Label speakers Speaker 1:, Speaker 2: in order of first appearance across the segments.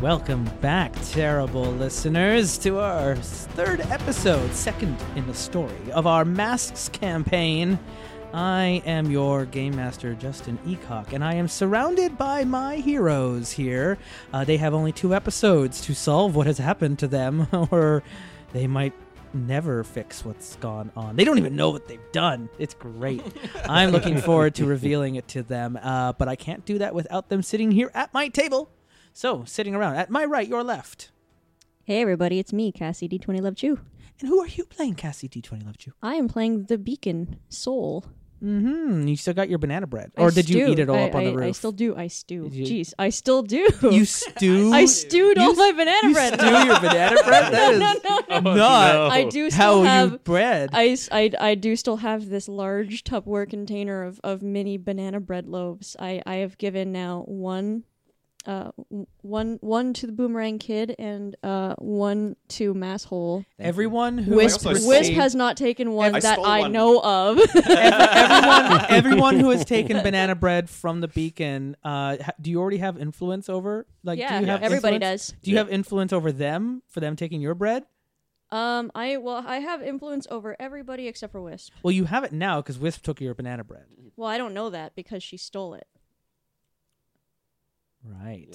Speaker 1: Welcome back, terrible listeners, to our third episode, second in the story of our Masks campaign. I am your game master, Justin Eacock, and I am surrounded by my heroes here. Uh, they have only two episodes to solve what has happened to them, or they might never fix what's gone on. They don't even know what they've done. It's great. I'm looking forward to revealing it to them, uh, but I can't do that without them sitting here at my table. So, sitting around at my right, your left.
Speaker 2: Hey everybody, it's me, Cassie D20 Love Chew.
Speaker 1: And who are you playing, Cassie D20 Love you?
Speaker 2: I am playing the Beacon Soul.
Speaker 1: Mm-hmm. You still got your banana bread.
Speaker 2: I
Speaker 1: Or did you
Speaker 2: stew.
Speaker 1: eat it all
Speaker 2: I,
Speaker 1: up on
Speaker 2: I-
Speaker 1: the roof?
Speaker 2: I still do. I stew.
Speaker 1: Did you-
Speaker 2: Jeez, I still do.
Speaker 1: You stew?
Speaker 2: I stewed all my banana
Speaker 1: you
Speaker 2: bread.
Speaker 1: stew your banana bread? That is
Speaker 2: no, no, no.
Speaker 1: not
Speaker 2: I do
Speaker 1: how
Speaker 2: still have.
Speaker 1: you bread.
Speaker 2: I, s- I- I do still have this large Tupperware container of, of mini banana bread loaves. I, I have given now one, uh, w- one one to the boomerang kid and uh, one to masshole.
Speaker 1: Everyone who
Speaker 2: Wisp,
Speaker 3: also
Speaker 2: Wisp
Speaker 3: stole-
Speaker 2: has not taken one
Speaker 3: I
Speaker 2: that
Speaker 3: stole
Speaker 2: I
Speaker 3: one.
Speaker 2: know of.
Speaker 1: everyone, everyone who has taken banana bread from the beacon, uh, ha- do you already have influence over? Like,
Speaker 2: yeah,
Speaker 1: do you have
Speaker 2: everybody
Speaker 1: influence?
Speaker 2: does.
Speaker 1: Do you have influence over them for them taking your bread?
Speaker 2: Um, I well, I have influence over everybody except for Wisp.
Speaker 1: Well, you have it now because Wisp took your banana bread.
Speaker 2: Well, I don't know that because she stole it.
Speaker 1: Right.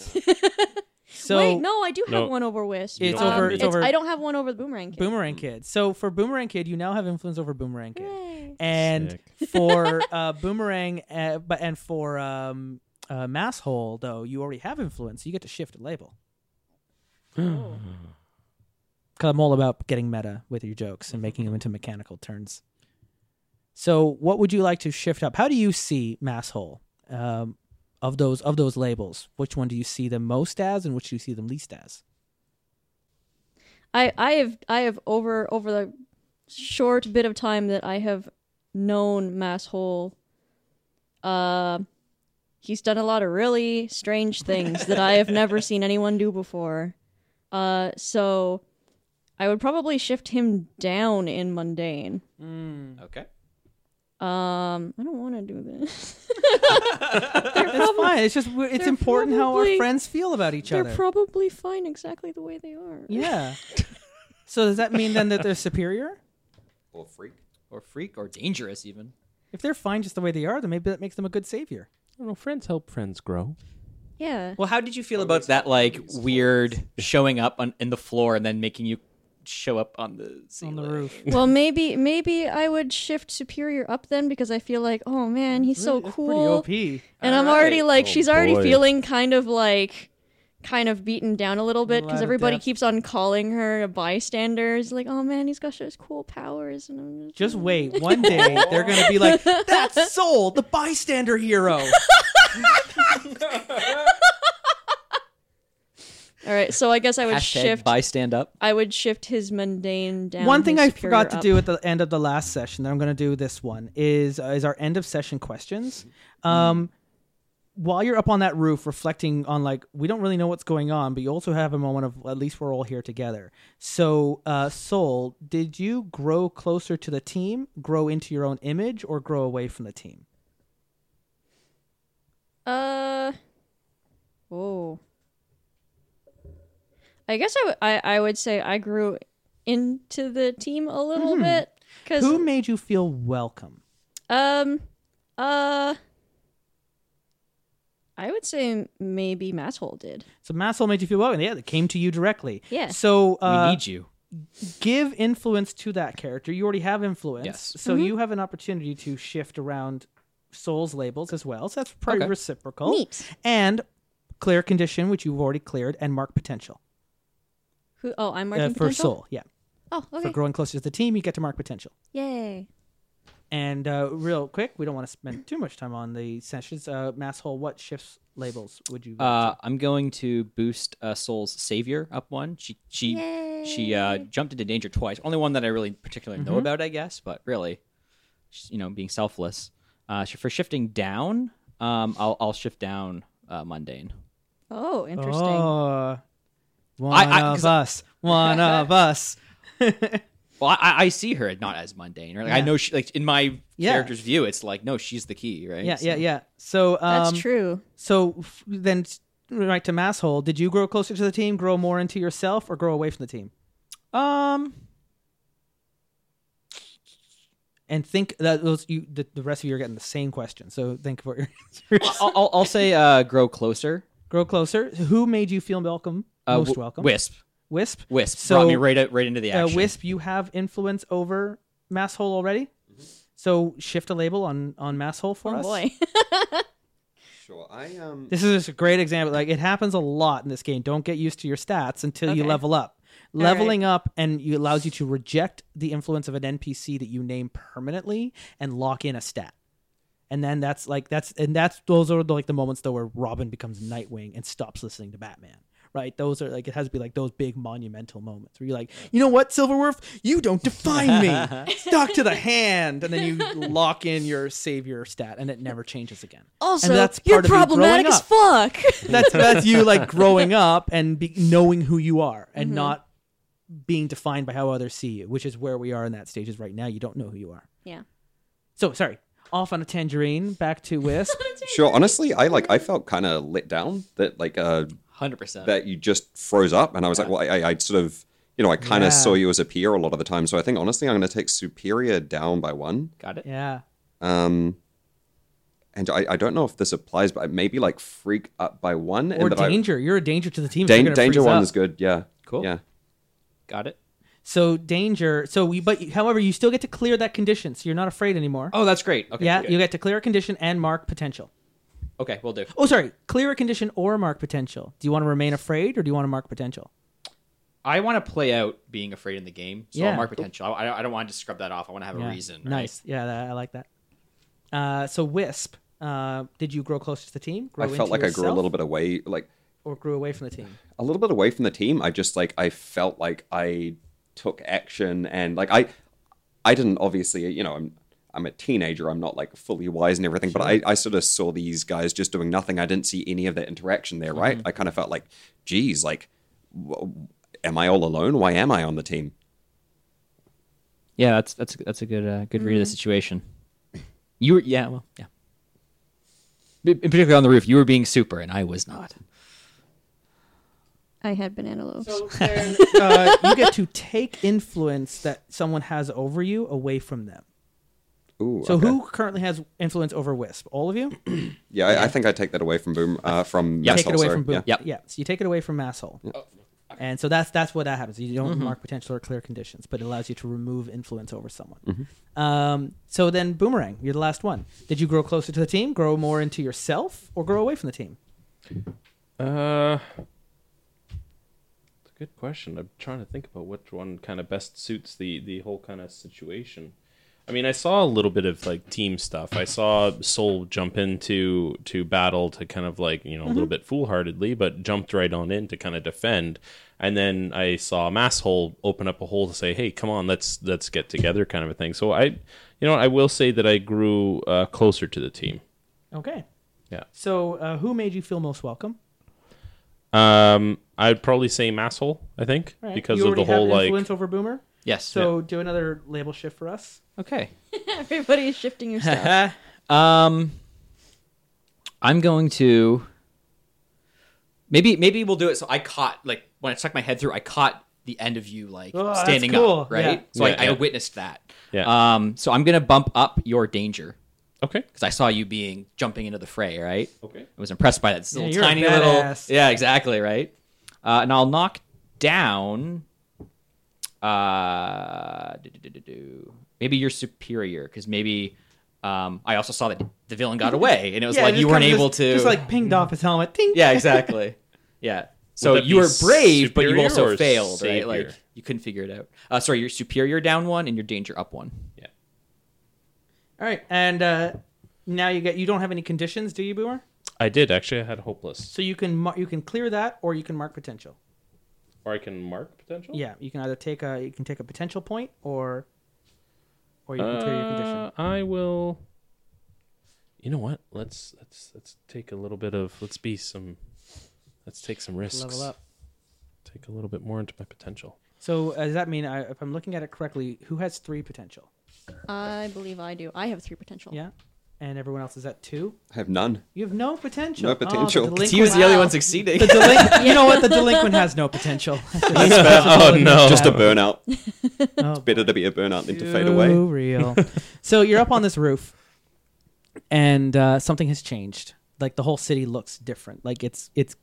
Speaker 1: so
Speaker 2: Wait, no, I do have
Speaker 3: No.
Speaker 2: one over Wisp.
Speaker 1: It's
Speaker 2: Um,
Speaker 3: over- it's
Speaker 1: over-
Speaker 2: I don't have one over the boomerang. Kid.
Speaker 1: Boomerang Kid. So for Boomerang Kid, you now have influence over Boomerang Kid,
Speaker 2: Yay.
Speaker 1: and for uh, Boomerang, uh, but and for um, uh, Masshole though, you already have influence. So you get to shift a label.
Speaker 2: Oh.
Speaker 1: Because I'm all about getting meta with your jokes and making them into mechanical turns. So what would you like to shift up? How do you see Masshole? Um, of those of those labels, which one do you see them most as, and which do you see them least as?
Speaker 2: I I have I have over over the short bit of time that I have known Masshole. Uh, he's done a lot of really strange things that I have never seen anyone do before. Uh, so I would probably shift him down in mundane.
Speaker 3: Okay.
Speaker 2: Um, I don't want to do this.
Speaker 1: It's fine. It's just we- it's
Speaker 2: they're
Speaker 1: important how our
Speaker 2: probably-
Speaker 1: friends feel about each
Speaker 2: They're
Speaker 1: other.
Speaker 2: probably fine exactly the way they are.
Speaker 1: Yeah. so does that mean then that they're superior?
Speaker 3: Or freak. Or freak. Or dangerous even.
Speaker 1: If they're fine just the way they are, then maybe that makes them a good savior.
Speaker 4: I don't know. Friends help friends grow.
Speaker 2: Yeah.
Speaker 5: Well, how did you feel about that, like weird showing up on in the floor and then making you show up on the
Speaker 1: On
Speaker 5: ceiling?
Speaker 1: the roof.
Speaker 2: Well, maybe maybe I would shift Superior up then because I feel like, oh man, he's so
Speaker 1: That's
Speaker 2: cool,
Speaker 1: Pretty OP.
Speaker 2: and I'm already
Speaker 3: Alright.
Speaker 2: like,
Speaker 3: Oh,
Speaker 2: she's already
Speaker 4: boy.
Speaker 2: feeling kind of like, kind of beaten down a little bit
Speaker 1: Lot
Speaker 2: because
Speaker 1: of
Speaker 2: everybody
Speaker 1: depth.
Speaker 2: keeps on calling her a bystander. It's like, oh man, he's got such cool powers, and I'm just,
Speaker 1: Just wait. One day they're gonna be like, "That's Soul, the bystander hero."
Speaker 2: all right. So I guess I would
Speaker 5: Hashtag
Speaker 2: shift.
Speaker 5: by stand up.
Speaker 2: I would shift his mundane down.
Speaker 1: one thing
Speaker 2: his
Speaker 1: I
Speaker 2: superior
Speaker 1: forgot to
Speaker 2: up.
Speaker 1: do at the end of the last session that I'm gonna do this one is uh, is our end of session questions. Um, while you're up on that roof reflecting on like we don't really know what's going on but you also have a moment of at least we're all here together so uh soul did you grow closer to the team grow into your own image or grow away from the team
Speaker 2: Uh. Oh. I guess I w- I I would say I grew into the team a little bit. 'Cause bit
Speaker 1: Mm-hmm. who made you feel welcome
Speaker 2: um uh I would say maybe Masshole did.
Speaker 1: so Masshole made you feel welcome yeah they came to you directly
Speaker 2: Yeah.
Speaker 1: so uh,
Speaker 5: we need you.
Speaker 1: give influence to that character. You already have influence,
Speaker 5: Yes.
Speaker 1: so
Speaker 2: Mm-hmm.
Speaker 1: you have an opportunity to shift around Soul's labels as well. So that's pretty
Speaker 5: Okay.
Speaker 1: reciprocal.
Speaker 2: Neat.
Speaker 1: And clear condition, which you've already cleared, and mark potential
Speaker 2: Who? Oh, I'm
Speaker 1: uh,
Speaker 2: marking
Speaker 1: for
Speaker 2: potential?
Speaker 1: Soul. Yeah,
Speaker 2: Oh, okay.
Speaker 1: for growing closer to the team, you get to mark potential.
Speaker 2: Yay.
Speaker 1: And uh, real quick, we don't want to spend too much time on the sessions. Uh, Masshole, what shifts labels would you?
Speaker 5: Uh, I'm going to boost uh, Soul's savior up one. She she she uh, jumped into danger twice. Only one that I really particularly know about, I guess. But really, she's, you know, being selfless. Uh, sh- for shifting down, um, I'll I'll shift down uh, mundane.
Speaker 2: Oh, interesting.
Speaker 1: Oh, one
Speaker 5: I- I-
Speaker 1: of
Speaker 5: 'cause
Speaker 1: us. One of us.
Speaker 5: Well, I- I, I see her not as mundane, right? Like, I
Speaker 1: Yeah.
Speaker 5: know she like in my
Speaker 1: Yeah.
Speaker 5: character's view, it's like no, she's the key, right?
Speaker 1: Yeah,
Speaker 5: So-
Speaker 1: yeah, yeah. So um,
Speaker 2: That's true.
Speaker 1: So f- then s- right to masshole, did you grow closer to the team, grow more into yourself, or grow away from the team?
Speaker 5: Um,
Speaker 1: And think that those you the, the rest of you are getting the same question. So think for your answers.
Speaker 5: I'll, I'll, I'll say uh, grow closer.
Speaker 1: grow closer. Who made you feel welcome?
Speaker 5: Uh,
Speaker 1: most
Speaker 5: w-
Speaker 1: welcome.
Speaker 5: Wisp.
Speaker 1: Wisp.
Speaker 5: Wisp
Speaker 1: So-
Speaker 5: brought me right o- right into the
Speaker 1: Uh,
Speaker 5: action.
Speaker 1: Wisp, you have influence over masshole already.
Speaker 5: Mm-hmm.
Speaker 1: So shift a label on on masshole for
Speaker 2: Oh
Speaker 1: us.
Speaker 2: boy.
Speaker 6: Sure. I um.
Speaker 1: This is just a great example. Like it happens a lot in this game. Don't get used to your stats until you
Speaker 2: Okay.
Speaker 1: level up.
Speaker 2: right.
Speaker 1: Leveling up and you allows you to reject the influence of an NPC that you name permanently and lock in a stat. And then that's like that's and that's those are like the moments though where Robin becomes Nightwing and stops listening to Batman. Right? Those are like it has to be like those big monumental moments where you're like, you know what, Silverworth, you don't define me. Stuck to the hand, and then you lock in your savior stat, and it never changes again.
Speaker 2: Also,
Speaker 1: that's
Speaker 2: you're
Speaker 1: part of you growing
Speaker 2: problematic as
Speaker 1: up.
Speaker 2: fuck.
Speaker 1: that's that's you like growing up and be, knowing who you are and
Speaker 6: Mm-hmm.
Speaker 1: not being defined by how others see you, which is where we are in that stage. Is right now you don't know who you are.
Speaker 2: yeah.
Speaker 1: So sorry, off on a tangerine. Back to Wisp.
Speaker 6: Sure. Honestly, I like. I
Speaker 1: Mm.
Speaker 6: felt kind of let down that like uh
Speaker 5: Hundred percent.
Speaker 6: that you just froze up, and I was like, well, I, I, I sort of you know I kind
Speaker 1: Yeah.
Speaker 6: of saw you as a peer a lot of the time. So I think honestly, I'm going to take superior down by one.
Speaker 5: Got it.
Speaker 1: yeah,
Speaker 6: Um, and I, I don't know if this applies, but maybe like freak up by one
Speaker 1: or
Speaker 6: and that
Speaker 1: danger. You're a danger to the
Speaker 6: I,
Speaker 1: team. so you're
Speaker 6: Dan-
Speaker 1: gonna
Speaker 6: danger
Speaker 1: freeze
Speaker 6: one
Speaker 1: up.
Speaker 6: is good. Yeah.
Speaker 5: Cool.
Speaker 6: Yeah.
Speaker 5: Got it.
Speaker 1: So danger. So we, but however, you still get to clear that condition, so you're not afraid anymore.
Speaker 5: Oh, that's great. Okay.
Speaker 1: yeah,
Speaker 5: good.
Speaker 1: you get to clear a condition and mark potential.
Speaker 5: Okay, we'll do.
Speaker 1: Oh, sorry, clear a condition or mark potential. Do you want to remain afraid or do you want to mark potential?
Speaker 5: I want to play out being afraid in the game, so
Speaker 1: Yeah.
Speaker 5: I'll mark potential. I, I don't want to just scrub that off. I want to have a
Speaker 1: Yeah.
Speaker 5: reason. right?
Speaker 1: Nice. Yeah, that, I like that. Uh, so Wisp, uh, did you grow closer to the team? Grow
Speaker 6: I felt
Speaker 1: into
Speaker 6: like I grew a
Speaker 1: yourself,
Speaker 6: little bit away, like
Speaker 1: or grew away from the team.
Speaker 6: a little bit away from the team. I just like I felt like I took action and like I I didn't obviously you know I'm I'm a teenager. I'm not like fully wise and everything, but I, I sort of saw these guys just doing nothing. I didn't see any of that interaction there, right?
Speaker 1: Mm-hmm.
Speaker 6: I kind of felt like, geez, like, w- am I all alone? Why am I on the team?
Speaker 5: Yeah, that's that's that's a good uh, good read of
Speaker 1: Mm-hmm.
Speaker 5: the situation. You were yeah, well, yeah. B- In particular on the roof, you were being super and I was not.
Speaker 2: I had banana loaves.
Speaker 1: uh, you get to take influence that someone has over you away from them.
Speaker 6: Ooh,
Speaker 1: So
Speaker 6: okay.
Speaker 1: who currently has influence over Wisp? All of you?
Speaker 6: Yeah, I, I think I take that away from Boom. Uh, from
Speaker 1: take
Speaker 6: Masshole,
Speaker 1: it away
Speaker 6: sorry.
Speaker 1: from Boom.
Speaker 6: Yeah.
Speaker 5: Yep.
Speaker 1: Yeah. So you take it away from Masshole. And so that's that's what that happens. You don't
Speaker 6: Mm-hmm.
Speaker 1: mark potential or clear conditions, but it allows you to remove influence over someone.
Speaker 6: Mm-hmm.
Speaker 1: Um, so then Boomerang, you're the last one. Did you grow closer to the team, grow more into yourself, or grow away from the team?
Speaker 4: Uh, it's a good question. I'm trying to think about which one kind of best suits the the whole kind of situation. I mean, I saw a little bit of like team stuff. I saw Soul jump into to battle to kind of like you know a little bit foolhardily, but jumped right on in to kind of defend. And then I saw Masshole open up a hole to say, "Hey, come on, let's let's get together," kind of a thing. So I, you know, I will say that I grew uh, closer to the team.
Speaker 1: Okay.
Speaker 4: Yeah.
Speaker 1: So uh, who made you feel most welcome?
Speaker 4: Um, I'd probably say masshole. I think
Speaker 1: All right.
Speaker 4: because
Speaker 1: you
Speaker 4: of the
Speaker 1: already have
Speaker 4: whole like
Speaker 1: influence over Boomer.
Speaker 5: Yes.
Speaker 1: So do another label shift for us.
Speaker 5: okay.
Speaker 2: Everybody is shifting your stuff.
Speaker 5: um I'm going to maybe maybe we'll do it so I caught like when I stuck my head through, I caught the end of you like
Speaker 1: Oh, that's
Speaker 5: standing
Speaker 1: cool.
Speaker 5: up, right?
Speaker 1: Yeah.
Speaker 5: So
Speaker 4: Yeah,
Speaker 5: I,
Speaker 4: yeah.
Speaker 5: I witnessed that.
Speaker 4: Yeah.
Speaker 5: Um so I'm gonna bump up your danger.
Speaker 4: okay,
Speaker 5: because I saw you being jumping into the fray, right?
Speaker 4: Okay.
Speaker 5: I was impressed by that. This
Speaker 1: Yeah,
Speaker 5: little
Speaker 1: you're a
Speaker 5: tiny little.
Speaker 1: badass.
Speaker 5: Yeah, exactly, right? Uh, and I'll knock down. Uh, do-do-do-do-do. maybe you're superior, because maybe um, I also saw that the villain got away, and it was like you weren't able to.
Speaker 1: Just like pinged off his helmet. Ting.
Speaker 5: yeah, exactly. Yeah. So
Speaker 4: that
Speaker 5: you
Speaker 4: be
Speaker 5: were brave, but you
Speaker 4: superior
Speaker 5: also
Speaker 4: or
Speaker 5: failed,
Speaker 4: savior?
Speaker 5: right? Like you couldn't figure it out. Uh, sorry, your superior down one and your danger up one.
Speaker 4: yeah.
Speaker 1: All right. And uh, now you get you don't have any conditions, do you, Boomer?
Speaker 4: I did actually. I had hopeless,
Speaker 1: So you can mar- you can clear that, or you can mark potential.
Speaker 4: or I can mark potential.
Speaker 1: Yeah, you can either take a you can take a potential point, or or you can clear your condition.
Speaker 4: Uh, I will. You know what? Let's let's let's take a little bit of let's be some. Let's take some risks.
Speaker 1: Level up.
Speaker 4: Take a little bit more into my potential.
Speaker 1: So uh, does that mean I, if I'm looking at it correctly, who has three potential?
Speaker 2: I believe I do. I have three potential.
Speaker 1: Yeah. and everyone else is at two.
Speaker 6: I have none.
Speaker 1: You have no potential.
Speaker 6: No
Speaker 1: Oh, the
Speaker 6: potential.
Speaker 1: delinquent-
Speaker 3: He was the only
Speaker 2: Wow.
Speaker 3: one succeeding.
Speaker 1: the delin- you know what? The delinquent has no potential.
Speaker 4: oh no!
Speaker 6: Just a
Speaker 1: Yeah.
Speaker 6: burnout.
Speaker 1: Oh,
Speaker 6: Better to be a burnout than to fade
Speaker 1: Too
Speaker 6: away.
Speaker 1: real. so you're up on this roof, and uh, something has changed. Like the whole city looks different. Like it's it's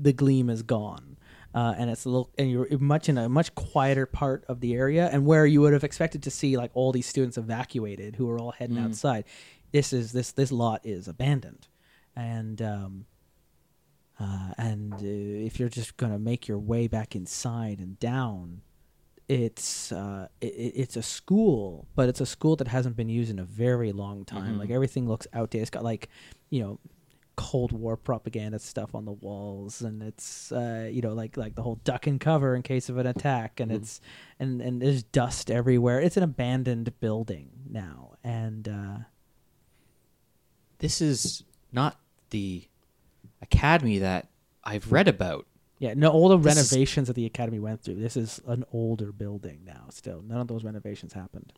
Speaker 1: the gleam is gone, uh, and it's a little and you're much in a much quieter part of the area, and where you would have expected to see like all these students evacuated who are all heading
Speaker 6: Mm.
Speaker 1: outside. This is this this lot is abandoned, and. Um, uh, and uh, if you're just gonna make your way back inside and down, it's uh, i i- it's a school, but it's a school that hasn't been used in a very long time. Like everything looks outdated. It's got like, you know, Cold War propaganda stuff on the walls, and it's uh, you know like like the whole duck and cover in case of an attack, and it's and and there's dust everywhere. It's an abandoned building now, and uh,
Speaker 5: This is not the academy that I've read about.
Speaker 1: Yeah, no, all the
Speaker 5: This is-
Speaker 1: renovations that the academy went through. This is an older building now. Still, none of those renovations happened.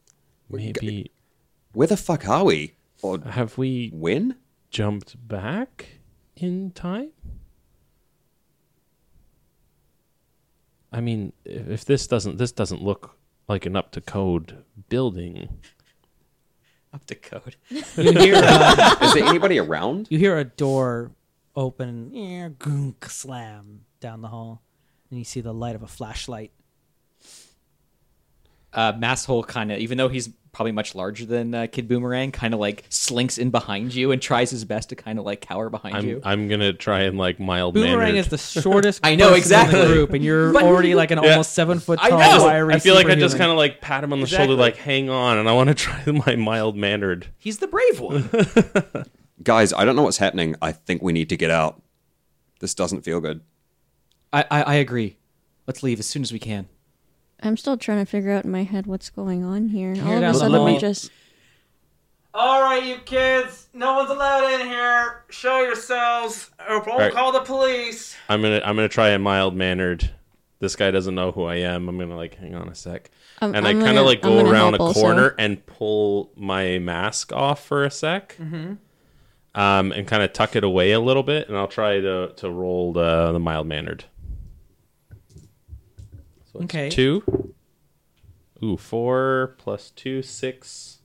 Speaker 4: Maybe
Speaker 6: Where the fuck are we? Or
Speaker 4: have we
Speaker 6: when?
Speaker 4: jumped back in time? I mean, i- if this doesn't this doesn't look like an up to code building.
Speaker 5: Up to code.
Speaker 1: You hear, uh,
Speaker 6: Is there anybody around?
Speaker 1: you hear a door open, yeah, gunk slam down the hall, and you see the light of a flashlight.
Speaker 5: Uh, Masshole kind of, even though he's probably much larger than uh, Kid Boomerang, kind of like slinks in behind you and tries his best to kind of like cower behind
Speaker 4: I'm
Speaker 5: you.
Speaker 4: I'm gonna try and like mild
Speaker 1: Boomerang
Speaker 4: mannered.
Speaker 1: is the shortest.
Speaker 5: I know,
Speaker 1: person in the
Speaker 5: exactly.
Speaker 1: group, and you're
Speaker 5: But-
Speaker 1: already like an
Speaker 4: Yeah.
Speaker 1: almost seven foot
Speaker 5: I
Speaker 1: tall.
Speaker 5: know!
Speaker 1: wiry
Speaker 4: I feel like I just
Speaker 1: superhuman.
Speaker 4: kind of like pat him on the
Speaker 5: Exactly.
Speaker 4: shoulder, like hang on, and I want to try my mild mannered.
Speaker 5: He's the brave one.
Speaker 6: Guys, I don't know what's happening. I think we need to get out. This doesn't feel good.
Speaker 5: I, I I agree. Let's leave as soon as we can.
Speaker 2: I'm still trying to figure out in my head what's going on here. All of
Speaker 1: down
Speaker 2: a
Speaker 1: the
Speaker 2: sudden, we
Speaker 1: hall.
Speaker 2: just
Speaker 1: All right, you kids, no one's allowed in here. Show yourselves, or we'll
Speaker 4: Right.
Speaker 1: call the police.
Speaker 4: I'm gonna I'm gonna try and mild mannered. This guy doesn't know who I am. I'm gonna like hang on a sec,
Speaker 2: I'm-
Speaker 4: and i
Speaker 2: Um, I'm
Speaker 4: kind
Speaker 2: gonna-
Speaker 4: of like
Speaker 2: I'm
Speaker 4: go
Speaker 2: gonna
Speaker 4: around a
Speaker 2: help also.
Speaker 4: corner and pull my mask off for a sec,
Speaker 2: Mm-hmm.
Speaker 4: um, and kind of tuck it away a little bit, and I'll try to to roll the, the mild mannered. So it's
Speaker 1: Okay.
Speaker 4: two. Ooh, four plus two, six.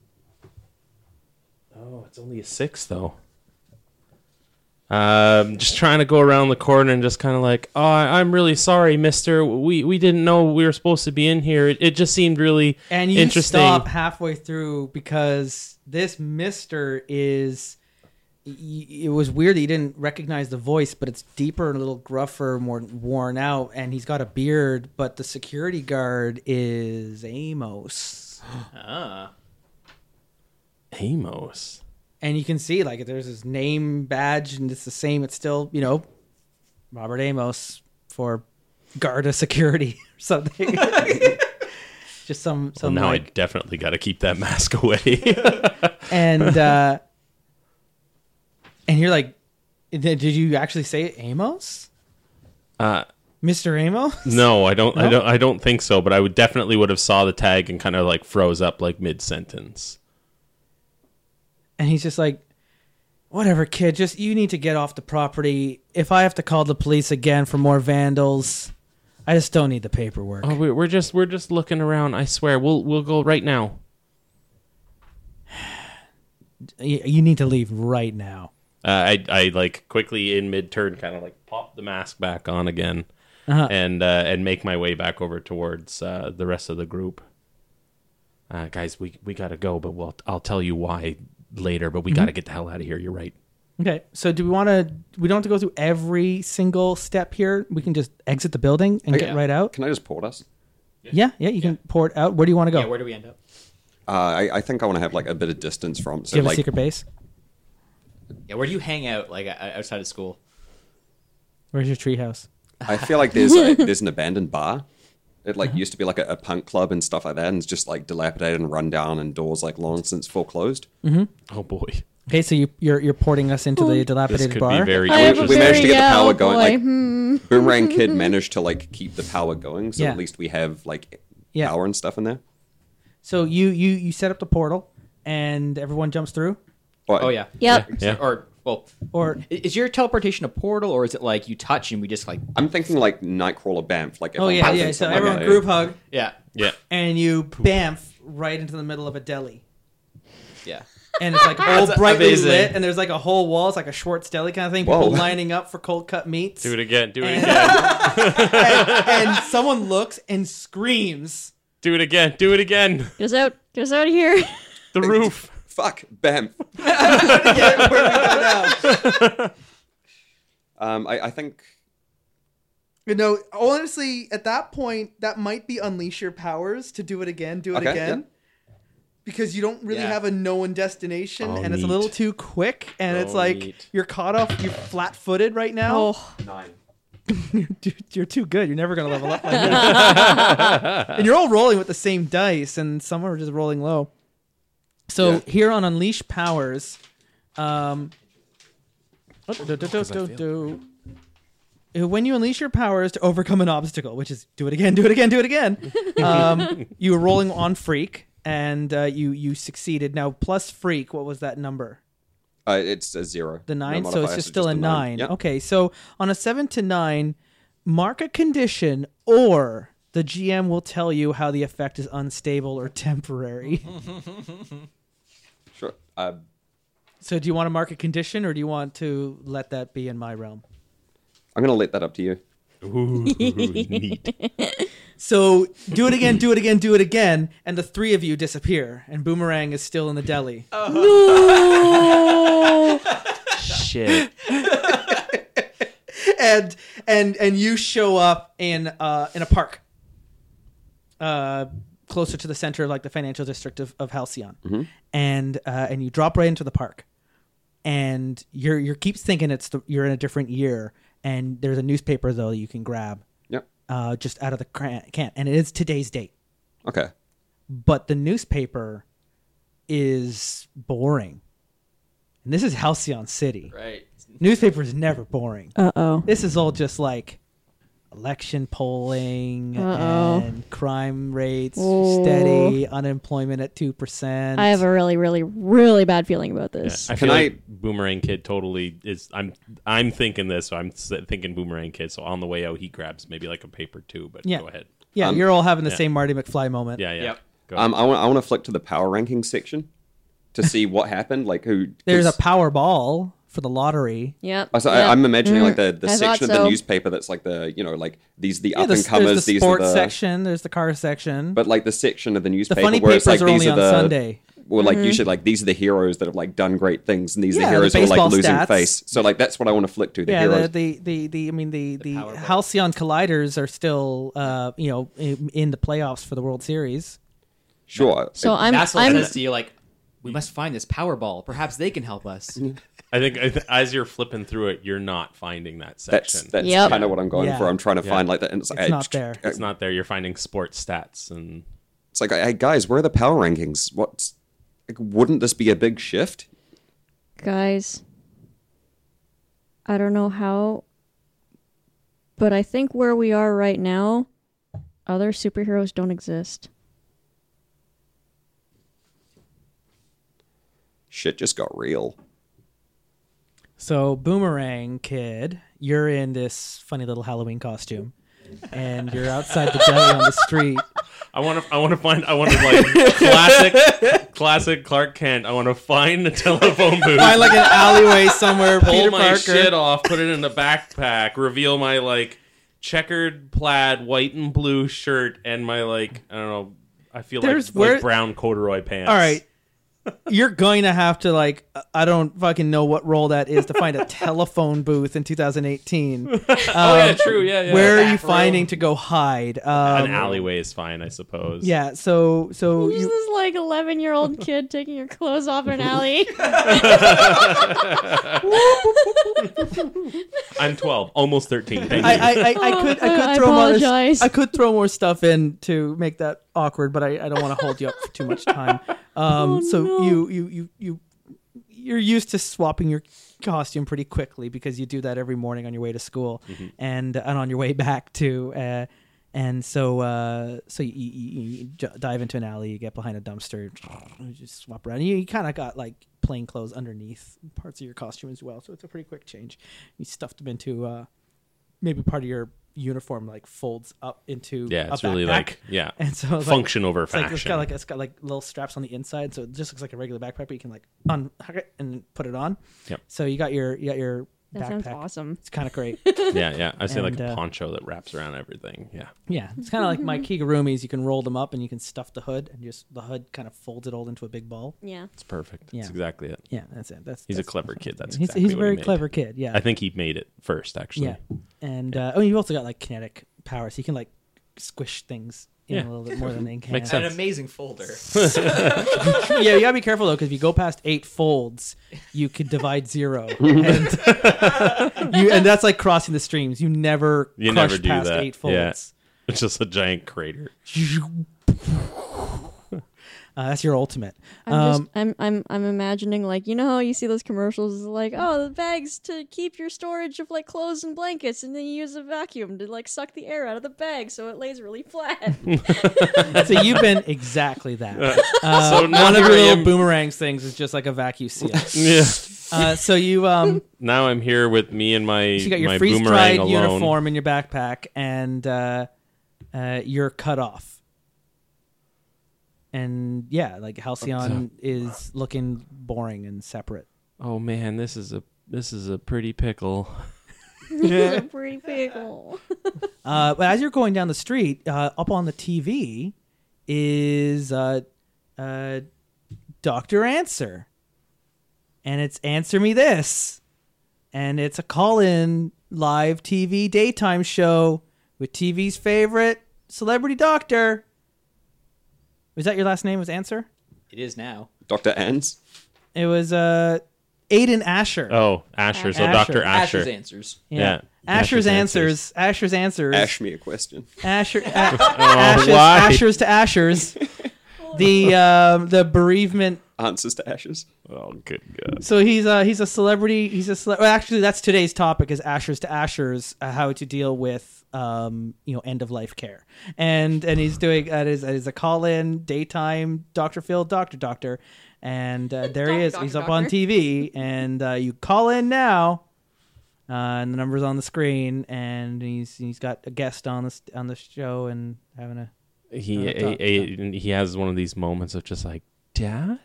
Speaker 4: Oh, it's only a six though. Um, just trying to go around the corner and just kind of like, oh, I- I'm really sorry, Mister. We we didn't know we were supposed to be in here. It, it just seemed really
Speaker 1: and you
Speaker 4: interesting.
Speaker 1: stop halfway through because this mister is y- it was weird that you didn't recognize the voice but it's deeper and a little gruffer more worn out and he's got a beard but the security guard is amos
Speaker 4: Amos.
Speaker 1: and you can see like there's his name badge and it's the same it's still you know robert amos for garda security or something just some
Speaker 4: Well,
Speaker 1: some
Speaker 4: now
Speaker 1: like,
Speaker 4: I definitely got to keep that mask away.
Speaker 1: and uh and you're like did you actually say amos
Speaker 4: Uh,
Speaker 1: mr amos
Speaker 4: no, I don't. I
Speaker 1: No?
Speaker 4: don't. I don't think so. But I would definitely would have saw the tag and kind of like froze up like mid sentence.
Speaker 1: and he's just like whatever kid just you need to get off the property if i have to call the police again for more vandals i just don't need the paperwork
Speaker 4: Oh, we- we're just we're just looking around. I swear, we'll we'll go right now.
Speaker 1: Y- you need to leave right now
Speaker 4: Uh, I I like quickly in mid turn kind of like pop the mask back on again,
Speaker 1: Uh-huh.
Speaker 4: and uh, and make my way back over towards uh, the rest of the group. Uh, guys, we we gotta go, but we'll I'll tell you why later. But we
Speaker 1: Mm-hmm.
Speaker 4: gotta get the hell out of here. You're right.
Speaker 1: okay so do we want to we don't have to go through every single step here we can just exit the building and
Speaker 6: Okay.
Speaker 1: get right out
Speaker 6: Can I just port us?
Speaker 1: yeah Oh, yeah you can pour it out where do you want to go
Speaker 5: Yeah, where do we end up?
Speaker 6: Uh, I, I think I want to have like a bit of distance from. So
Speaker 1: do you have
Speaker 6: like,
Speaker 1: a secret base
Speaker 5: Yeah, where do you hang out like o- outside of school?
Speaker 1: where's your treehouse
Speaker 6: I feel like there's a, there's an abandoned bar. It like used to be like a, a punk club and stuff like that, and it's just like dilapidated and run down, and doors like long since foreclosed.
Speaker 1: Mm-hmm.
Speaker 4: Oh boy,
Speaker 1: Okay, so you, you're you're porting us into the
Speaker 4: this
Speaker 1: dilapidated
Speaker 4: could
Speaker 1: bar.
Speaker 4: be very.
Speaker 2: I have a
Speaker 6: We
Speaker 4: dangerous.
Speaker 2: very-
Speaker 6: managed to get the
Speaker 2: yeah,
Speaker 6: power
Speaker 2: oh
Speaker 6: going.
Speaker 2: boy,
Speaker 6: Like Boomerang Kid managed to like keep the power going, so
Speaker 1: Mm-hmm. Yeah.
Speaker 6: at least we have like
Speaker 1: Yeah.
Speaker 6: power and stuff in there.
Speaker 1: so you you you set up the portal, and everyone jumps through.
Speaker 6: But
Speaker 5: Oh yeah.
Speaker 2: Yep.
Speaker 4: Yeah.
Speaker 5: Or well,
Speaker 1: Or
Speaker 5: i- is your teleportation a portal, or is it like you touch and we just like
Speaker 6: I'm thinking like Nightcrawler Banff. Like if
Speaker 1: oh
Speaker 6: I'm
Speaker 1: yeah,
Speaker 6: doing
Speaker 1: yeah. So
Speaker 6: something
Speaker 1: everyone
Speaker 6: like-
Speaker 1: group hug,
Speaker 5: yeah
Speaker 4: Yeah.
Speaker 1: and you bamf right into the middle of a deli,
Speaker 5: yeah.
Speaker 1: and it's like all
Speaker 5: That's
Speaker 1: brightly
Speaker 5: amazing.
Speaker 1: lit, and there's like a whole wall. It's like a Schwartz deli kind of thing. People
Speaker 6: Whoa.
Speaker 1: lining up for cold cut meats.
Speaker 4: Do it again. Do it
Speaker 1: And-
Speaker 4: again.
Speaker 1: and, and someone looks and screams.
Speaker 4: Do it again. Do it again.
Speaker 2: Get us out. Get us out of here.
Speaker 4: The roof.
Speaker 6: Fuck Banff.
Speaker 1: Yeah, where we go now?
Speaker 6: Um, I, I think
Speaker 1: You know, honestly, at that point, that might be unleash your powers to do it again, do it
Speaker 6: Okay,
Speaker 1: again. Because you don't really
Speaker 5: Yeah.
Speaker 1: have a known destination,
Speaker 4: Oh,
Speaker 1: and it's a
Speaker 4: neat.
Speaker 1: little too quick, and it's
Speaker 4: Oh,
Speaker 1: like
Speaker 4: neat.
Speaker 1: you're caught off, you're flat footed right now.
Speaker 2: Oh,
Speaker 6: nine.
Speaker 1: Dude, you're too good. You're never going to level up like that. and you're all rolling with the same dice, and some are just rolling low. So
Speaker 6: Yeah.
Speaker 1: here on Unleash Powers, um, do, do, do, do, do. Uh, when you unleash your powers to overcome an obstacle, which is do it again, do it again, do it again, um, you were rolling on Freak, and uh, you you succeeded. Now plus Freak, what was that number?
Speaker 6: Uh, it's a zero.
Speaker 1: The
Speaker 6: No
Speaker 1: nine, so
Speaker 6: modifier,
Speaker 1: it's just still a nine.
Speaker 6: Yep.
Speaker 1: Okay, so on a seven to nine, mark a condition, or the GM will tell you how the effect is unstable or temporary.
Speaker 6: Sure. Uh,
Speaker 1: so, do you want to mark a condition, or do you want to let that be in my realm?
Speaker 6: I'm gonna let that up to you.
Speaker 1: So, do it again, do it again, do it again, and the three of you disappear, and Boomerang is still in the deli.
Speaker 5: Shit.
Speaker 1: and and and you show up in uh in a park uh closer to the center of like the financial district of, of halcyon and uh and you drop right into the park and you're you're keeps thinking it's the, you're in a different year and there's a newspaper though that you can grab
Speaker 6: Yep.
Speaker 1: uh just out of the cran- can and it is today's date
Speaker 6: Okay.
Speaker 1: but the newspaper is boring and this is halcyon city
Speaker 3: Right.
Speaker 1: newspaper is never boring
Speaker 2: Uh oh.
Speaker 1: this is all just like election polling
Speaker 2: Uh-oh.
Speaker 1: and crime rates
Speaker 2: Oh.
Speaker 1: steady, unemployment at two percent.
Speaker 2: I have a really, really, really bad feeling about this.
Speaker 4: I
Speaker 6: Can
Speaker 4: feel
Speaker 6: I-
Speaker 4: like Boomerang Kid totally is. I'm I'm thinking this. So I'm s- thinking Boomerang Kid. So on the way out, he grabs maybe like a paper too. But
Speaker 1: Yeah.
Speaker 4: go ahead.
Speaker 1: yeah,
Speaker 6: um,
Speaker 1: you're all having the
Speaker 4: yeah.
Speaker 1: same Marty McFly moment.
Speaker 4: Yeah, yeah.
Speaker 5: Yep.
Speaker 4: Go
Speaker 6: Um, I want I want to flick to the power ranking section to see what happened. Like who? 'cause-
Speaker 1: There's a Powerball for the lottery.
Speaker 2: Yep.
Speaker 6: Oh, so
Speaker 2: yep.
Speaker 6: I, I'm imagining like the,
Speaker 2: Mm-hmm.
Speaker 6: the
Speaker 2: I thought
Speaker 6: section of the
Speaker 2: so.
Speaker 6: newspaper that's like the you know like these are the
Speaker 1: Yeah,
Speaker 6: up and
Speaker 1: there's, there's
Speaker 6: comers.
Speaker 1: the
Speaker 6: These are
Speaker 1: sports
Speaker 6: the
Speaker 1: section. There's the car section.
Speaker 6: but like the section of the
Speaker 1: the
Speaker 6: newspaper
Speaker 1: funny
Speaker 6: where
Speaker 1: papers
Speaker 6: it's like
Speaker 1: are only
Speaker 6: these are
Speaker 1: on
Speaker 6: the
Speaker 1: Sunday.
Speaker 6: well like
Speaker 2: Mm-hmm.
Speaker 6: you should like these are the heroes that have like done great things and these
Speaker 1: Yeah,
Speaker 6: are
Speaker 1: the
Speaker 6: the heroes who are
Speaker 1: baseball
Speaker 6: like losing
Speaker 1: stats.
Speaker 6: face. So like that's what I want to flick to the
Speaker 1: yeah, the,
Speaker 6: heroes.
Speaker 1: the, the, the I mean the the, Halcyon Colliders are still uh you know in, in the playoffs for the World Series.
Speaker 6: sure.
Speaker 2: so I'm.
Speaker 5: Vassal
Speaker 2: I'm
Speaker 5: says to you like, we must find this Powerball. Perhaps they can help us.
Speaker 4: I think I th- as you're flipping through it, you're not finding that
Speaker 6: that's
Speaker 4: section.
Speaker 6: that's
Speaker 2: Yep.
Speaker 6: kind of what I'm going
Speaker 1: Yeah.
Speaker 6: for. I'm trying to
Speaker 4: Yeah.
Speaker 6: find like that. And it's,
Speaker 1: It's
Speaker 6: like,
Speaker 1: not there.
Speaker 4: it's not there. You're finding sports stats and
Speaker 6: It's like, hey guys, where are the power rankings? What? Like, wouldn't this be a big shift?
Speaker 2: guys. I don't know how, but I think where we are right now, other superheroes don't exist.
Speaker 6: Shit just got real.
Speaker 1: So Boomerang Kid, you're in this funny little Halloween costume, and you're outside the deli on the street.
Speaker 4: I want to. I want to find. I want to like classic, classic Clark Kent. I want to find the telephone booth.
Speaker 1: Find like an alleyway somewhere.
Speaker 4: pull
Speaker 1: Peter
Speaker 4: my
Speaker 1: Parker.
Speaker 4: shit off, put it in a backpack, reveal my like checkered plaid, white and blue shirt, and my like I don't know. I feel like,
Speaker 1: There's
Speaker 4: like
Speaker 1: where-
Speaker 4: brown corduroy pants.
Speaker 1: All right, you're going to have to like I don't fucking know what role that is to find a telephone booth in 2018.
Speaker 4: Oh yeah, true. Yeah, yeah.
Speaker 1: um, Where are you
Speaker 4: Back room.
Speaker 1: finding to go hide? Um,
Speaker 4: An alleyway is fine, I suppose.
Speaker 1: yeah. So so
Speaker 2: Who's
Speaker 1: you,
Speaker 2: this like eleven year old kid taking your clothes off in an alley?
Speaker 4: I'm 12, almost 13. Thank you.
Speaker 1: I, I, I, I could I
Speaker 2: I-
Speaker 1: could
Speaker 2: Oh, I
Speaker 1: throw more
Speaker 2: apologize.
Speaker 1: I could throw more stuff in to make that awkward, but I, I don't want to hold you up for too much time. Um,
Speaker 2: Oh,
Speaker 1: so
Speaker 2: no.
Speaker 1: you you you you you're used to swapping your costume pretty
Speaker 4: Mm-hmm.
Speaker 1: quickly because you do that every morning on your way to school and and on your way back to uh, And so, uh, so you, you, you you j- dive into an alley, you get behind a dumpster, you just swap around. You, you kind of got like plain clothes underneath parts of your costume as well, so it's a pretty quick change. You stuffed them into uh, maybe part of your uniform like folds up into
Speaker 4: Yeah,
Speaker 1: a
Speaker 4: it's really
Speaker 1: backpack.
Speaker 4: like yeah,
Speaker 1: and so it's like-
Speaker 4: function over
Speaker 1: it's like
Speaker 4: fashion.
Speaker 1: it's got like it's got like little straps on the inside, so it just looks like a regular backpack, but you can like unhook it and put it on.
Speaker 4: Yep.
Speaker 1: So you got your you got your
Speaker 2: That
Speaker 1: backpack.
Speaker 2: sounds awesome.
Speaker 1: It's kind of great.
Speaker 4: yeah, yeah. I say like
Speaker 1: And,
Speaker 4: a
Speaker 1: uh,
Speaker 4: poncho that wraps around everything. Yeah,
Speaker 1: yeah, it's kind of like my Kigurumis. You can roll them up and you can stuff the hood, and just the hood kind of folds it all into a big ball.
Speaker 2: Yeah.
Speaker 4: it's perfect.
Speaker 1: Yeah.
Speaker 4: That's exactly it.
Speaker 1: Yeah, that's it. That's
Speaker 4: He's a
Speaker 1: that's-
Speaker 4: clever
Speaker 1: that's what
Speaker 4: kid.
Speaker 1: I'm
Speaker 4: That's
Speaker 1: thinking.
Speaker 4: exactly
Speaker 1: he's, he's a
Speaker 4: what he
Speaker 1: very
Speaker 4: made.
Speaker 1: clever kid. Yeah,
Speaker 4: I think he made it first, actually.
Speaker 1: yeah, and uh, oh, you've also got like kinetic powers. So you can like squish things in
Speaker 4: Yeah.
Speaker 1: a little bit more than they can.
Speaker 4: Makes
Speaker 3: An
Speaker 4: sense.
Speaker 3: amazing folder.
Speaker 1: yeah, you gotta be careful though, because if you go past eight folds, you could divide zero, and, you, and that's like crossing the streams. You never
Speaker 4: You
Speaker 1: crush
Speaker 4: never do
Speaker 1: past
Speaker 4: that.
Speaker 1: eight
Speaker 4: Yeah.
Speaker 1: folds.
Speaker 4: It's just a giant crater.
Speaker 1: Uh, that's your ultimate.
Speaker 2: I'm
Speaker 1: Um,
Speaker 2: just I'm I'm I'm imagining like you know how you see those commercials is like oh the bags to keep your storage of like clothes and blankets and then you use a vacuum to like suck the air out of the bag so it lays really flat.
Speaker 1: so you've been exactly that. Uh,
Speaker 4: so now
Speaker 1: one of
Speaker 4: here
Speaker 1: your
Speaker 4: I
Speaker 1: little
Speaker 4: am.
Speaker 1: boomerangs things is just like a vacuum seal.
Speaker 4: Yeah.
Speaker 1: Uh, so you um,
Speaker 4: now I'm here with me and my
Speaker 1: so you got your
Speaker 4: my
Speaker 1: freeze
Speaker 4: boomerang
Speaker 1: dried
Speaker 4: alone.
Speaker 1: uniform in your backpack, and uh, uh, you're cut off. And yeah, like Halcyon is looking boring and separate.
Speaker 4: Oh man, this is a this is a pretty pickle.
Speaker 2: it's a pretty pickle.
Speaker 1: Uh, but as you're going down the street, uh, up on the TV is uh, uh, Doctor Answer, and it's Answer Me This, and it's a call-in live TV daytime show with TV's favorite celebrity doctor. Was that your last name? Was Answer?
Speaker 5: It is now.
Speaker 6: Dr. Ans?
Speaker 1: It was uh, Aiden Asher.
Speaker 4: Oh, Asher. So
Speaker 1: Asher.
Speaker 4: Doctor Asher.
Speaker 5: Asher's answers.
Speaker 4: yeah.
Speaker 1: Asher's
Speaker 4: Asher's
Speaker 1: answers. Asher's answers.
Speaker 6: Ash me a question.
Speaker 1: Asher, a- ashes,
Speaker 4: why?
Speaker 1: ashers to ashers. The um, the bereavement.
Speaker 6: Answers to ashes.
Speaker 4: Oh, good God.
Speaker 1: So he's a he's a celebrity. He's a cele- well, actually that's today's topic is ashers to ashers, uh, how to deal with um, you know end of life care, and and he's doing that is that is a call in daytime Doctor Phil Doctor Doctor, and uh, there he
Speaker 2: Doctor,
Speaker 1: is.
Speaker 2: doctor,
Speaker 1: he's up on
Speaker 2: doctor.
Speaker 1: TV, and uh, you call in now. Uh, and the numbers on the screen, and he's he's got a guest on this on the show, and having a
Speaker 4: He
Speaker 1: Uh, Doc-
Speaker 4: a, he has one of these moments of just like, Dad.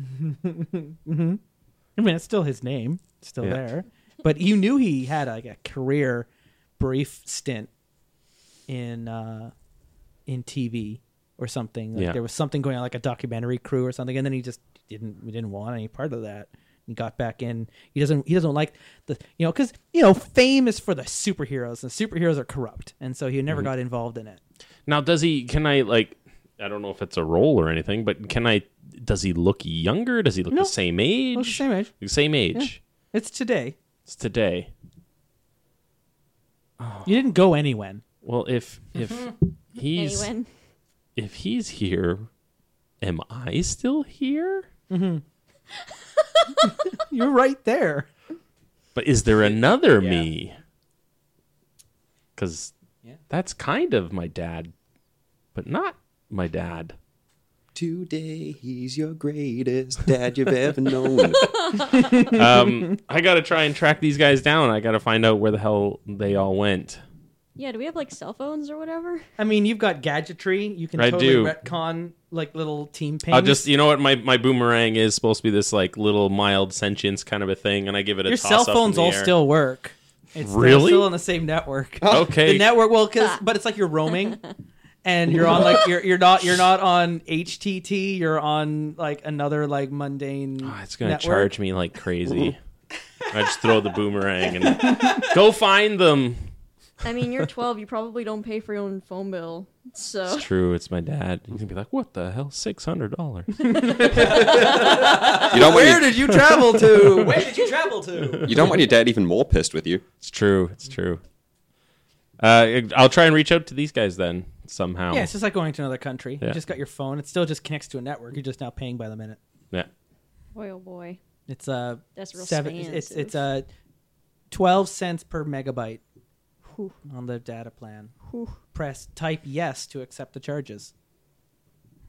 Speaker 1: Mm-hmm. I mean, it's still his name, it's still
Speaker 4: Yeah.
Speaker 1: there. But you knew he had like a career brief stint in uh, in TV or something. Like
Speaker 4: Yeah.
Speaker 1: there was something going on, like a documentary crew or something, and then he just didn't he didn't want any part of that. He got back in. He doesn't he doesn't like the you know because you know fame is for the superheroes, and superheroes are corrupt, and so he never got involved in it.
Speaker 4: Now, does he? Can I like? I don't know if it's a role or anything, but can I? Does he look younger? Does he look
Speaker 1: No.
Speaker 4: the same age?
Speaker 1: Well, it's the same age.
Speaker 4: The same age.
Speaker 1: It's today.
Speaker 4: It's today.
Speaker 1: You didn't go anywhere.
Speaker 4: Well, if
Speaker 1: Mm-hmm.
Speaker 4: if he's
Speaker 2: Anyway,
Speaker 4: if he's here, am I still here?
Speaker 1: You're right there.
Speaker 4: But is there another me? Because
Speaker 5: Yeah.
Speaker 4: that's kind of my dad, but not my dad.
Speaker 6: Today he's your greatest dad you've ever known.
Speaker 4: Um, I gotta try and track these guys down. I gotta find out where the hell they all went.
Speaker 2: yeah, do we have like cell phones or whatever?
Speaker 1: I mean, you've got gadgetry. You can
Speaker 4: I
Speaker 1: totally
Speaker 4: do.
Speaker 1: retcon like little team paints.
Speaker 4: I'll just, you know what, my, my boomerang is supposed to be this like little mild sentience kind of a thing, and I give it a
Speaker 1: your
Speaker 4: toss
Speaker 1: cell
Speaker 4: up in
Speaker 1: phones
Speaker 4: the
Speaker 1: all
Speaker 4: air.
Speaker 1: still work. It's they're
Speaker 4: Really?
Speaker 1: still on the same network.
Speaker 4: okay.
Speaker 1: The network, well, 'cause- but it's like you're roaming, and you're on like you're you're not you're not on HTT. You're on like another like mundane.
Speaker 4: Oh, it's gonna
Speaker 1: network.
Speaker 4: charge me like crazy. I just throw the boomerang and go find them.
Speaker 2: I mean, you're 12. You probably don't pay for your own phone bill, so
Speaker 4: It's true. It's my dad. He's gonna be like, "What the hell? Six hundred dollars."
Speaker 6: You don't, want your,
Speaker 1: did you travel to?
Speaker 3: Where did you travel to?
Speaker 6: you don't want your dad even more pissed with you.
Speaker 4: It's true. It's true. Uh, I'll try and reach out to these guys then somehow.
Speaker 1: yeah, it's just like going to another country. You
Speaker 4: Yeah.
Speaker 1: just got your phone. It still just connects to a network. You're just now paying by the minute.
Speaker 4: Yeah.
Speaker 2: boy oh boy,
Speaker 1: It's uh
Speaker 2: That's real
Speaker 1: seven. It's uh, it's
Speaker 2: expansive.
Speaker 1: uh twelve cents per megabyte. on the data plan.
Speaker 2: Whew.
Speaker 1: Press type yes to accept the charges.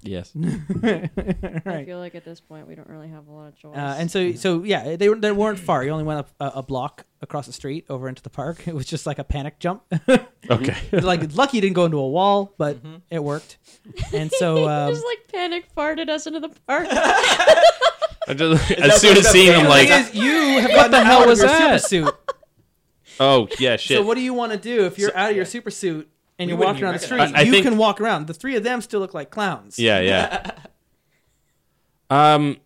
Speaker 4: Yes.
Speaker 2: I
Speaker 1: right.
Speaker 2: feel like at this point we don't really have a lot of choice.
Speaker 1: Uh, and so, so yeah, they were- they weren't far. You only went up a, a block across the street over into the park. It was just like a panic jump.
Speaker 4: Okay.
Speaker 1: like lucky you didn't go into a wall, but it worked. And so, um,
Speaker 2: just like panic farted us into the park.
Speaker 4: I just, as soon as seeing him,
Speaker 1: um, the
Speaker 4: like,
Speaker 1: thing is, you have gotten
Speaker 4: the hell
Speaker 1: out of
Speaker 4: was
Speaker 1: your
Speaker 4: that?
Speaker 1: super suit.
Speaker 4: oh yeah, shit.
Speaker 1: So what do you want to do if you're out of your super suit and
Speaker 3: We
Speaker 1: you're
Speaker 3: wouldn't
Speaker 1: walking around the
Speaker 3: even
Speaker 1: street?
Speaker 3: recognize
Speaker 4: you. I- I
Speaker 1: you
Speaker 4: think-
Speaker 1: can walk around. The three of them still look like clowns.
Speaker 4: Yeah, yeah. um,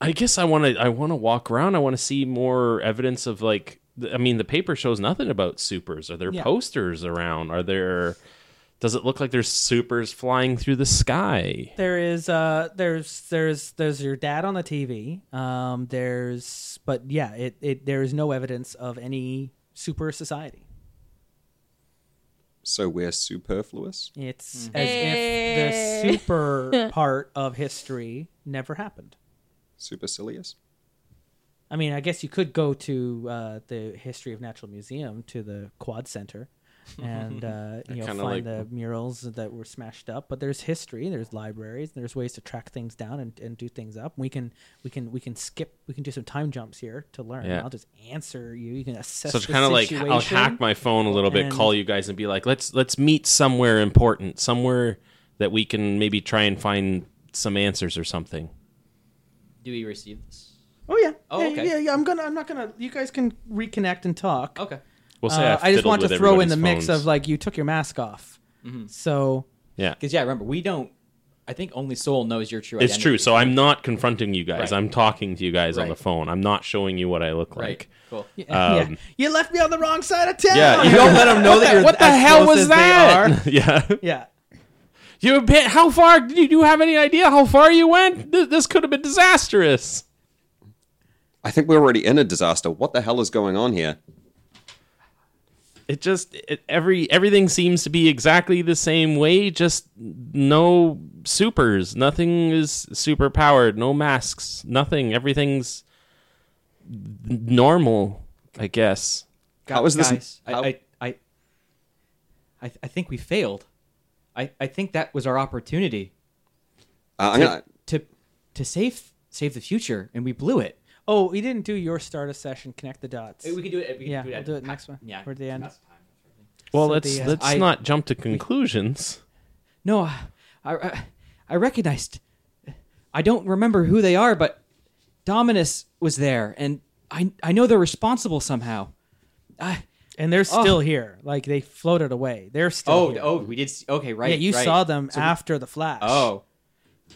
Speaker 4: I guess I want to. I want to walk around. I want to see more evidence of like. th- I mean, the paper shows nothing about supers. Are there
Speaker 1: Yeah.
Speaker 4: posters around? Are there? Does it look like there's supers flying through the sky?
Speaker 1: There is uh there's there's there's your dad on the TV. Um there's but yeah, it, it there is no evidence of any super society.
Speaker 6: So we're superfluous.
Speaker 1: It's as if the
Speaker 2: Hey.
Speaker 1: super part of history never happened.
Speaker 6: Supercilious.
Speaker 1: I mean, I guess you could go to uh, the History of Natural Museum to the Quad Center and uh, you know find
Speaker 4: kinda like-
Speaker 1: the murals that were smashed up. But there's history, there's libraries, and there's ways to track things down and, and do things up. We can we can we can skip we can do some time jumps here to learn.
Speaker 4: Yeah.
Speaker 1: I'll just answer you. You can assess.
Speaker 4: So it's
Speaker 1: the
Speaker 4: kind of like
Speaker 1: situation.
Speaker 4: I'll hack my phone a little bit,
Speaker 1: And-
Speaker 4: call you guys, and be like, let's let's meet somewhere important, somewhere that we can maybe try and find some answers or something.
Speaker 5: Do we receive this?
Speaker 1: Oh yeah.
Speaker 5: Oh,
Speaker 1: yeah,
Speaker 5: okay.
Speaker 1: Yeah, yeah. I'm gonna. I'm not gonna. You guys can reconnect and talk.
Speaker 5: Okay.
Speaker 4: We'll say
Speaker 1: Uh, I, just
Speaker 4: fiddled
Speaker 1: want to
Speaker 4: with
Speaker 1: throw in the mix of
Speaker 4: everybody's phones. Mm-hmm.
Speaker 1: like you took your mask off, so
Speaker 4: yeah.
Speaker 5: Because yeah, remember we don't. I think only Soul knows your true.
Speaker 4: It's
Speaker 5: identity.
Speaker 4: true. So I'm not confronting you guys.
Speaker 5: Right.
Speaker 4: I'm talking to you guys on the
Speaker 5: Right.
Speaker 4: phone. I'm not showing you what I look
Speaker 5: right.
Speaker 4: like.
Speaker 5: Cool.
Speaker 1: Yeah.
Speaker 4: Um,
Speaker 1: You left me on the wrong side of town.
Speaker 4: Yeah, you
Speaker 1: don't let them know that you're
Speaker 4: what the
Speaker 1: as
Speaker 4: hell
Speaker 1: close
Speaker 4: was
Speaker 1: as they
Speaker 4: that?
Speaker 1: are.
Speaker 4: yeah.
Speaker 1: Yeah.
Speaker 4: You bit, how far did you, do you have any idea how far you went? This, this could have been disastrous.
Speaker 6: I think we're already in a disaster. What the hell is going on here?
Speaker 4: It just it, every everything seems to be exactly the same way. Just no supers. Nothing is super powered. No masks. Nothing. Everything's n- normal. I guess.
Speaker 6: How is this-
Speaker 5: Guys,
Speaker 6: how-
Speaker 5: I, I, I, I, I think we failed. I, I think that was our opportunity
Speaker 6: Uh, I'm gonna,
Speaker 5: to, to save, save the future, and we blew it.
Speaker 1: Oh, we didn't do your start of session. Connect the dots.
Speaker 5: could do it. We
Speaker 1: yeah, we'll do it next one.
Speaker 5: Yeah.
Speaker 1: Or the end. So
Speaker 4: Well, let's
Speaker 1: the, uh,
Speaker 4: let's
Speaker 5: I-
Speaker 4: not jump to conclusions.
Speaker 5: No, I, I, I recognized. I don't remember who they are, but Dominus was there, and I, I know they're responsible somehow. I,
Speaker 1: And they're
Speaker 5: Oh.
Speaker 1: still here. Like they floated away. They're still.
Speaker 5: oh,
Speaker 1: here.
Speaker 5: oh, we did. See, okay, right.
Speaker 1: yeah. You
Speaker 5: right.
Speaker 1: saw them
Speaker 5: So we-
Speaker 1: after the flash.
Speaker 5: Oh,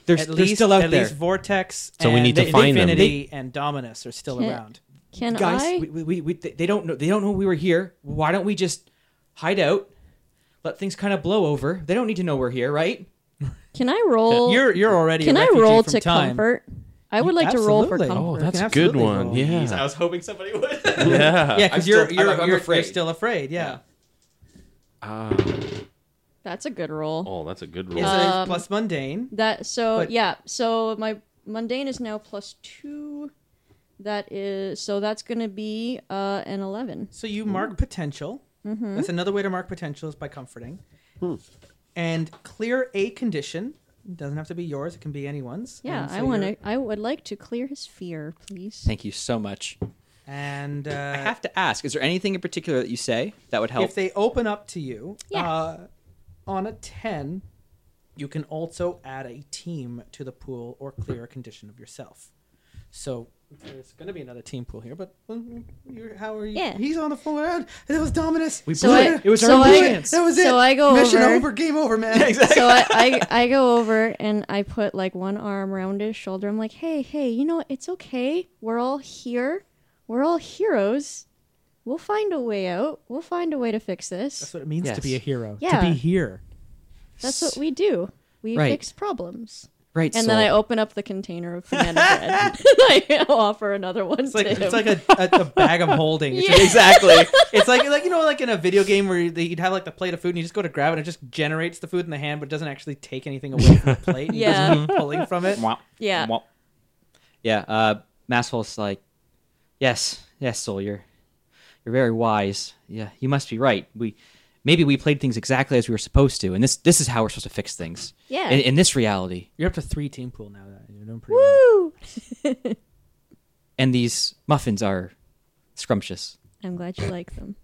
Speaker 5: they're,
Speaker 1: At
Speaker 5: they're
Speaker 1: least
Speaker 5: still out
Speaker 1: at
Speaker 5: there.
Speaker 1: least Vortex.
Speaker 4: So we
Speaker 1: and
Speaker 4: need to
Speaker 1: the
Speaker 4: find them.
Speaker 1: Infinity and Dominus are still
Speaker 2: Can't-
Speaker 1: around.
Speaker 2: Can
Speaker 5: guys
Speaker 2: I?
Speaker 5: we, we, we they don't know they don't know we were here why don't we just hide out let things kind of blow over they don't need to know we're here right
Speaker 2: Can I roll?
Speaker 1: You're you're already. a
Speaker 2: can I
Speaker 1: refugee
Speaker 2: roll
Speaker 1: from
Speaker 2: to
Speaker 1: time.
Speaker 2: comfort? I would like to roll for
Speaker 1: Absolutely.
Speaker 2: comfort.
Speaker 4: Oh,
Speaker 1: Or
Speaker 4: that's
Speaker 1: can
Speaker 4: a good
Speaker 1: absolutely
Speaker 4: one.
Speaker 1: roll.
Speaker 4: Yeah.
Speaker 3: I was hoping somebody would.
Speaker 4: yeah.
Speaker 1: Yeah, because
Speaker 5: I'm
Speaker 1: you're
Speaker 5: still-
Speaker 1: you're,
Speaker 5: I'm- I'm
Speaker 1: you're, you're
Speaker 5: afraid.
Speaker 1: still afraid. Yeah.
Speaker 2: That's a good roll.
Speaker 4: Oh, that's a good
Speaker 1: Is
Speaker 4: roll.
Speaker 1: it
Speaker 2: Um,
Speaker 1: plus mundane.
Speaker 2: That so
Speaker 1: But-
Speaker 2: yeah. So my mundane is now plus two. That is so that's gonna be uh an eleven.
Speaker 1: So you mark potential.
Speaker 2: Mm-hmm.
Speaker 1: That's another way to mark potential is by comforting.
Speaker 5: Hmm.
Speaker 1: And clear a condition. It doesn't have to be yours, it can be anyone's.
Speaker 2: Yeah,
Speaker 1: And
Speaker 2: I
Speaker 1: so
Speaker 2: want to.
Speaker 1: you're-
Speaker 2: I would like to clear his fear, please.
Speaker 5: thank you so much
Speaker 1: And uh,
Speaker 5: i have to ask is there anything in particular that you say that would help
Speaker 1: if they open up to you
Speaker 2: Yeah.
Speaker 1: uh, on a 10, you can also add a team to the pool or clear a condition of yourself. So there's going to be another team pool here, but mm, you're, how are you?
Speaker 2: Yeah.
Speaker 1: He's on the floor. and That was Dominus. We
Speaker 2: So blew I- it. It was our so only I- chance.
Speaker 1: That was it.
Speaker 2: so I go
Speaker 1: Mission
Speaker 2: over-
Speaker 1: over. Game over, man. exactly.
Speaker 2: so I, I I go over and I put like one arm around his shoulder. I'm like, hey, hey, you know what? It's okay. We're all here. We're all heroes. We'll find a way out. We'll find a way to fix
Speaker 1: That's
Speaker 2: this.
Speaker 1: what it means to
Speaker 5: Yes.
Speaker 1: be a hero.
Speaker 2: Yeah.
Speaker 1: To be here.
Speaker 2: That's what we do. We
Speaker 5: Right.
Speaker 2: fix problems.
Speaker 5: right
Speaker 2: And then I open up the container of banana bread. I offer another one
Speaker 1: It's like
Speaker 2: to him.
Speaker 1: it's like a, a, a bag of holding. It's, just-
Speaker 5: exactly
Speaker 1: it's like like you know like in a video game where they- you'd have like the plate of food and you just go to grab it and it just generates the food in the hand but it doesn't actually take anything away from the plate. and you just
Speaker 2: Yeah.
Speaker 1: keep pulling from it.
Speaker 2: yeah.
Speaker 5: yeah uh masshole's like yes yes soul you're You're very wise. Yeah, you must be right. We maybe we played things exactly as we were supposed to, and this this is how we're supposed to fix things.
Speaker 2: Yeah.
Speaker 5: In, in this reality,
Speaker 1: You're up to three team pool now. You're doing pretty well.
Speaker 5: and these muffins are scrumptious.
Speaker 2: I'm glad you like them.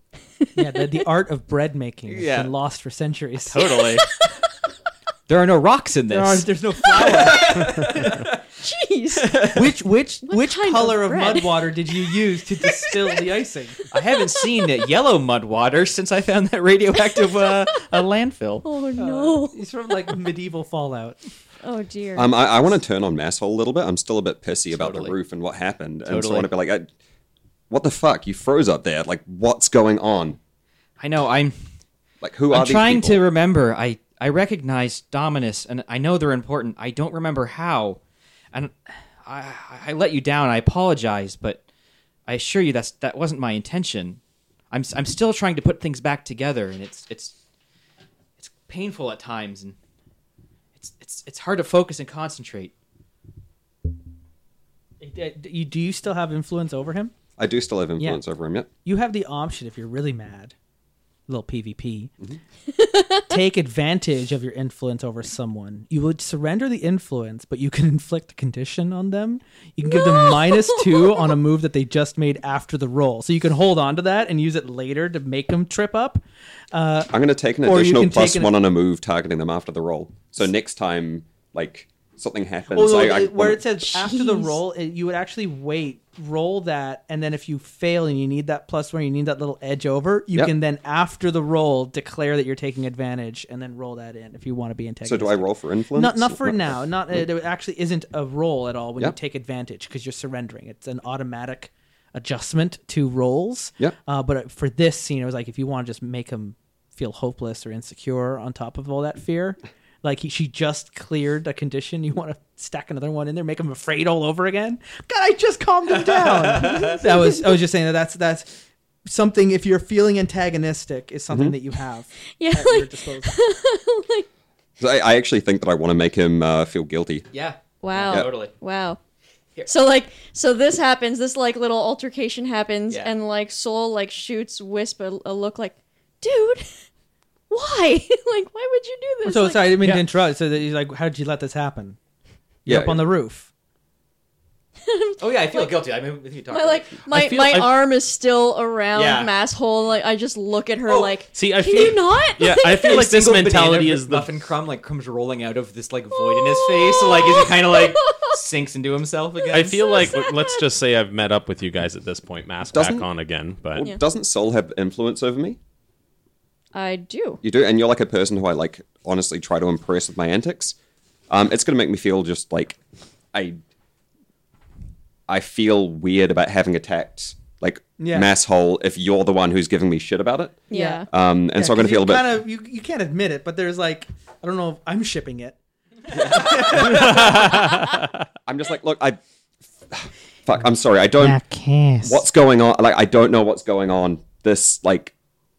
Speaker 1: Yeah, the, the art of bread making has
Speaker 5: Yeah.
Speaker 1: been lost for centuries.
Speaker 5: Totally. there are no rocks in this.
Speaker 1: There are, there's no flour.
Speaker 2: Jeez.
Speaker 1: which which
Speaker 2: What
Speaker 1: which
Speaker 2: kind of
Speaker 1: color of,
Speaker 2: bread?
Speaker 1: mud water did you use to distill the icing?
Speaker 5: I haven't seen that yellow mud water since I found that radioactive uh, uh, landfill.
Speaker 2: Oh no.
Speaker 1: It's sort of like medieval Fallout.
Speaker 2: Oh dear.
Speaker 6: Um, I, I want to turn on Masshole a little bit. I'm still a bit pissy about the
Speaker 5: Totally.
Speaker 6: roof and what happened, and so
Speaker 5: Totally.
Speaker 6: I want to be like, I, "What the fuck? You froze up there! Like, what's going on?
Speaker 5: I know. I'm.
Speaker 6: Like, who are
Speaker 5: I'm
Speaker 6: these
Speaker 5: trying
Speaker 6: people?
Speaker 5: to remember. I I recognize Dominus, and I know they're important. I don't remember how, and I I let you down. I apologize, but I assure you that's that wasn't my intention. I'm s- I'm still trying to put things back together, and it's it's it's painful at times, and it's it's it's hard to focus and concentrate.
Speaker 1: Do you, do you still have influence over him?
Speaker 6: I do still have influence over him. Yep.
Speaker 1: You have the option if you're really mad, little PvP, take advantage of your influence over someone. You would surrender the influence, but you can inflict a condition on them. You can give them minus two on a move that they just made after the roll, so you can hold on to that and use it later to make them trip up.
Speaker 6: I'm going to take an
Speaker 1: Uh, Or you
Speaker 6: additional
Speaker 1: can take
Speaker 6: plus
Speaker 1: an-
Speaker 6: one on a move targeting them after the roll. So next time, like something happens,
Speaker 1: Oh, no,
Speaker 6: I,
Speaker 1: it-
Speaker 6: I
Speaker 1: where
Speaker 6: wanna-
Speaker 1: it says after the
Speaker 2: Jeez.
Speaker 1: roll, it, you would actually wait, roll that, and then if you fail and you need that plus one, you need that little edge over, you
Speaker 6: Yep.
Speaker 1: can then after the roll declare that you're taking advantage and then roll that in if you want to be
Speaker 6: so
Speaker 1: antagonistic.
Speaker 6: do I roll for influence?
Speaker 1: Not, not for
Speaker 6: What-
Speaker 1: now. Not it actually isn't a roll at all when
Speaker 6: Yep.
Speaker 1: you take advantage because you're surrendering. It's an automatic adjustment to rolls.
Speaker 6: Yep.
Speaker 1: Uh, but for this scene, it was like if you want to just make him feel hopeless or insecure on top of all that fear, like he, she just cleared a condition, you want to stack another one in there, make him afraid all over again. God, I just calmed him down. that was I was just saying that that's that's something. If you're feeling antagonistic, is
Speaker 6: Mm-hmm.
Speaker 1: something that you have
Speaker 2: yeah,
Speaker 1: at your
Speaker 2: like
Speaker 1: disposal.
Speaker 6: So I, I actually think that I want to make him uh, feel guilty.
Speaker 5: Yeah.
Speaker 2: wow.
Speaker 6: Yeah.
Speaker 5: Totally.
Speaker 2: Wow. So like so this happens, this like little altercation happens
Speaker 5: Yeah.
Speaker 2: and like Soul like shoots Wisp a, a look like, "Dude, why? like why would you do this?"
Speaker 1: So
Speaker 2: Like,
Speaker 1: sorry, I didn't mean
Speaker 5: Yeah.
Speaker 1: to interrupt. So that you're like, how did you let this happen? You're
Speaker 6: Yeah,
Speaker 1: up on the roof.
Speaker 5: Oh yeah, I feel guilty. I mean, with you talking.
Speaker 2: my like my,
Speaker 5: feel-
Speaker 2: my
Speaker 5: I-
Speaker 2: arm is still around
Speaker 5: Yeah.
Speaker 2: mass hole. Like I just look at her like,
Speaker 4: see, I
Speaker 2: "Can
Speaker 4: feel-
Speaker 2: you not?"
Speaker 4: Yeah, I feel like this mentality is the
Speaker 5: muffin crumb like comes rolling out of this like void in his face. So like, is he kind of like sinks into himself again?
Speaker 4: I feel like let's just say I've met up with you guys at this point, mask
Speaker 6: Doesn't-
Speaker 4: back on again. But
Speaker 6: Well, Doesn't Soul have influence over me?
Speaker 2: I do.
Speaker 6: You do, and you're like a person who I like honestly try to impress with my antics. Um, it's gonna make me feel just like I I feel weird about having attacked like
Speaker 1: Yeah.
Speaker 6: mass hole if you're the one who's giving me shit about it.
Speaker 2: Yeah.
Speaker 6: Um, and so I'm gonna feel a bit.
Speaker 1: Kind of, you, you can't admit it, but there's like, I don't know if I'm shipping it.
Speaker 6: I'm just like, look, I fuck. I'm sorry. I don't.
Speaker 1: kiss.
Speaker 6: What's going on? Like, I don't know what's going on. This like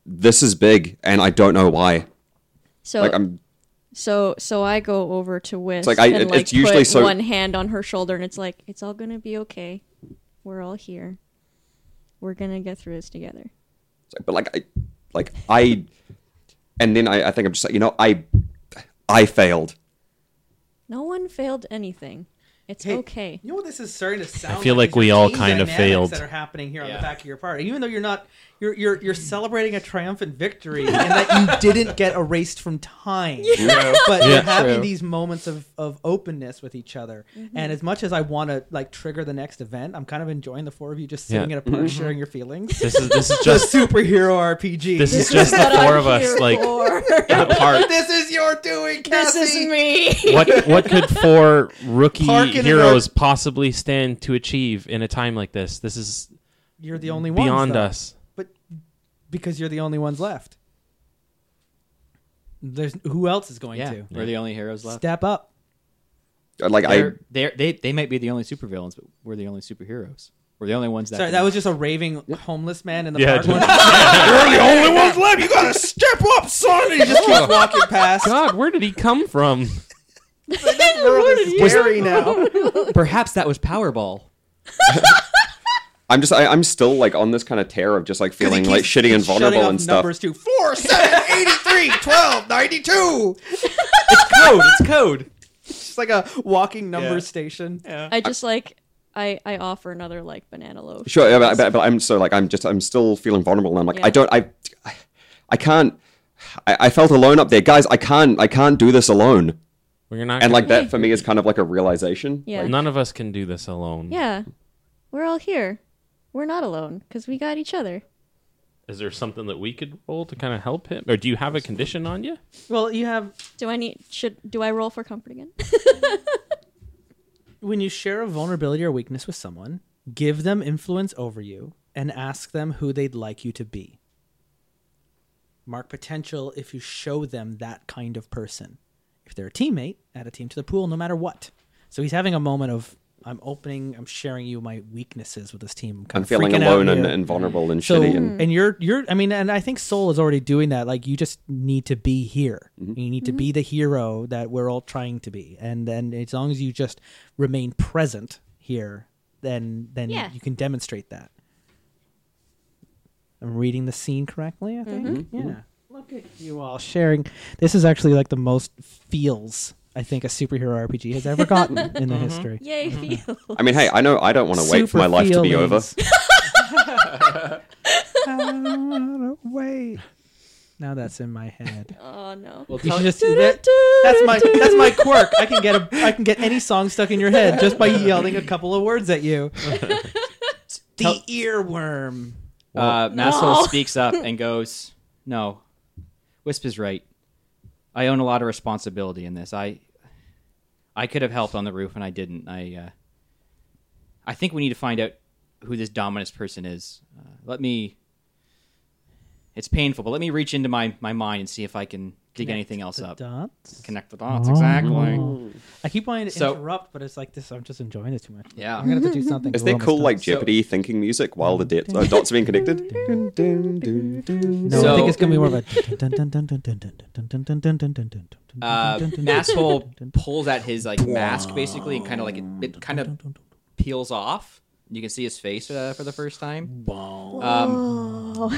Speaker 6: this is big, and I don't know why.
Speaker 2: So
Speaker 6: Like I'm
Speaker 2: So so I go over to Wisp
Speaker 6: like I-
Speaker 2: and
Speaker 6: it-
Speaker 2: like
Speaker 6: it's usually
Speaker 2: put
Speaker 6: so-
Speaker 2: one hand on her shoulder and it's like it's all gonna be okay. We're all here. We're gonna get through this together.
Speaker 6: So- but like I, like I, and then I, I think I'm just like you know I, I failed.
Speaker 2: No one failed anything. It's
Speaker 1: Hey,
Speaker 2: okay.
Speaker 1: You know what this is starting to sound.
Speaker 4: feel
Speaker 1: like
Speaker 4: like we
Speaker 1: These are
Speaker 4: all
Speaker 1: team
Speaker 4: kind of
Speaker 1: dynamics
Speaker 4: failed.
Speaker 1: That are happening here on
Speaker 5: Yeah.
Speaker 1: the back of your party, even though you're not, you're you're you're celebrating a triumphant victory and that you didn't get erased from time. But
Speaker 4: Yeah.
Speaker 1: you're having
Speaker 5: True.
Speaker 1: these moments of of openness with each other.
Speaker 2: Mm-hmm.
Speaker 1: And as much as I want to like trigger the next event, I'm kind of enjoying the four of you just sitting
Speaker 4: Yeah.
Speaker 1: in a park, sharing your feelings.
Speaker 4: this is this is
Speaker 1: The
Speaker 4: just
Speaker 1: superhero RPG.
Speaker 4: this is just the
Speaker 2: what
Speaker 4: four
Speaker 2: I'm
Speaker 4: of us
Speaker 2: here
Speaker 4: like
Speaker 2: for.
Speaker 4: apart.
Speaker 1: This is your doing,
Speaker 2: this
Speaker 1: Cassie.
Speaker 2: is me.
Speaker 4: What what could four rookie
Speaker 1: Parking in
Speaker 4: heroes
Speaker 1: our-
Speaker 4: possibly stand to achieve in a time like this? This is
Speaker 1: You're the only ones
Speaker 4: beyond
Speaker 1: though.
Speaker 4: us.
Speaker 1: but because you're the only ones left. There's who else is going
Speaker 5: yeah,
Speaker 1: to
Speaker 5: we're the only heroes left.
Speaker 1: step up?
Speaker 6: Like
Speaker 5: They're,
Speaker 6: I,
Speaker 5: they're, they they might be the only supervillains, but we're the only superheroes. We're the only ones that.
Speaker 1: Sorry, that was just a raving homeless man in the
Speaker 4: Yeah,
Speaker 1: park. you're the only ones left. You gotta step up, son. And he just keeps walking past.
Speaker 4: God, where did he come from?
Speaker 1: That world is scary now.
Speaker 5: Perhaps that was Powerball.
Speaker 6: I'm just I, I'm still like on this kind of tear of just like feeling like shitty and vulnerable and stuff.
Speaker 3: Numbers too. Four, seven, eighty-three, twelve, ninety-two.
Speaker 1: code. It's code. It's just like a walking number station.
Speaker 2: I just like I I offer another like banana loaf.
Speaker 6: Sure, yeah, but, but, but I'm so like I'm just I'm still feeling vulnerable, and I'm like
Speaker 2: Yeah.
Speaker 6: I don't I I can't. I, I felt alone up there, guys. I can't I can't do this alone.
Speaker 4: Well, you're not.
Speaker 6: And like that for me is kind of like a realization.
Speaker 2: Yeah.
Speaker 4: gonna- none of us can do this alone.
Speaker 2: yeah. We're all here. We're not alone because we got each other.
Speaker 4: Is there something that we could roll to kind of help him, or do you have a condition on you?
Speaker 1: Well, you have
Speaker 2: Do I need should do I roll for comfort again?
Speaker 1: when you share a vulnerability or weakness with someone, give them influence over you and ask them who they'd like you to be. Mark potential if you show them that kind of person. If they're a teammate, add a team to the pool no matter what. So he's having a moment of I'm opening, I'm sharing you my weaknesses with this team.
Speaker 6: I'm
Speaker 1: kind of
Speaker 6: feeling
Speaker 1: freaking out
Speaker 6: alone and,
Speaker 1: here.
Speaker 6: and vulnerable and
Speaker 1: so
Speaker 6: shitty. And
Speaker 1: and you're you're i mean and i think soul is already doing that like you just need to be here
Speaker 6: Mm-hmm.
Speaker 1: you need to be the hero that we're all trying to be and then as long as you just remain present here then then
Speaker 2: Yeah.
Speaker 1: you can demonstrate that i'm reading the scene correctly i think yeah
Speaker 6: Mm-hmm.
Speaker 1: look at you all sharing this is actually like the most feels i think a superhero rpg has ever gotten in
Speaker 6: Mm-hmm.
Speaker 1: the history
Speaker 2: Yay, feel.
Speaker 4: Mm-hmm.
Speaker 6: I mean, hey, I know I don't want to wait for my life to be over.
Speaker 1: over. Wait. Now that's in my head.
Speaker 2: Oh no.
Speaker 1: You should just that- that's my that's my quirk. I can get a I can get any song stuck in your head just by yelling a couple of words at you. the earworm.
Speaker 5: Uh,
Speaker 2: No.
Speaker 5: Maslow speaks up and goes, "No, Wisp is right. I own a lot of responsibility in this. I, I could have helped on the roof, and I didn't. I, uh, I think we need to find out who this Dominus person is. Uh, let me. It's painful, but let me reach into my my mind and see if I can dig anything else
Speaker 1: The
Speaker 5: up.
Speaker 1: dots.
Speaker 5: Connect the dots exactly.
Speaker 1: I keep wanting to
Speaker 5: So-
Speaker 1: interrupt, but it's like this. I'm just enjoying this too much.
Speaker 5: Yeah.
Speaker 1: I'm gonna have to do something.
Speaker 6: Is there
Speaker 1: Roll my
Speaker 6: cool like
Speaker 1: stats.
Speaker 6: Jeopardy thinking music while the dots uh, dots are being connected?
Speaker 1: No, I
Speaker 5: So-
Speaker 1: think it's gonna be more of a.
Speaker 5: Uh, Masshole pulls at his like mask basically, and kind of like it, it kind of peels off. You can see his face uh, for the first time, um,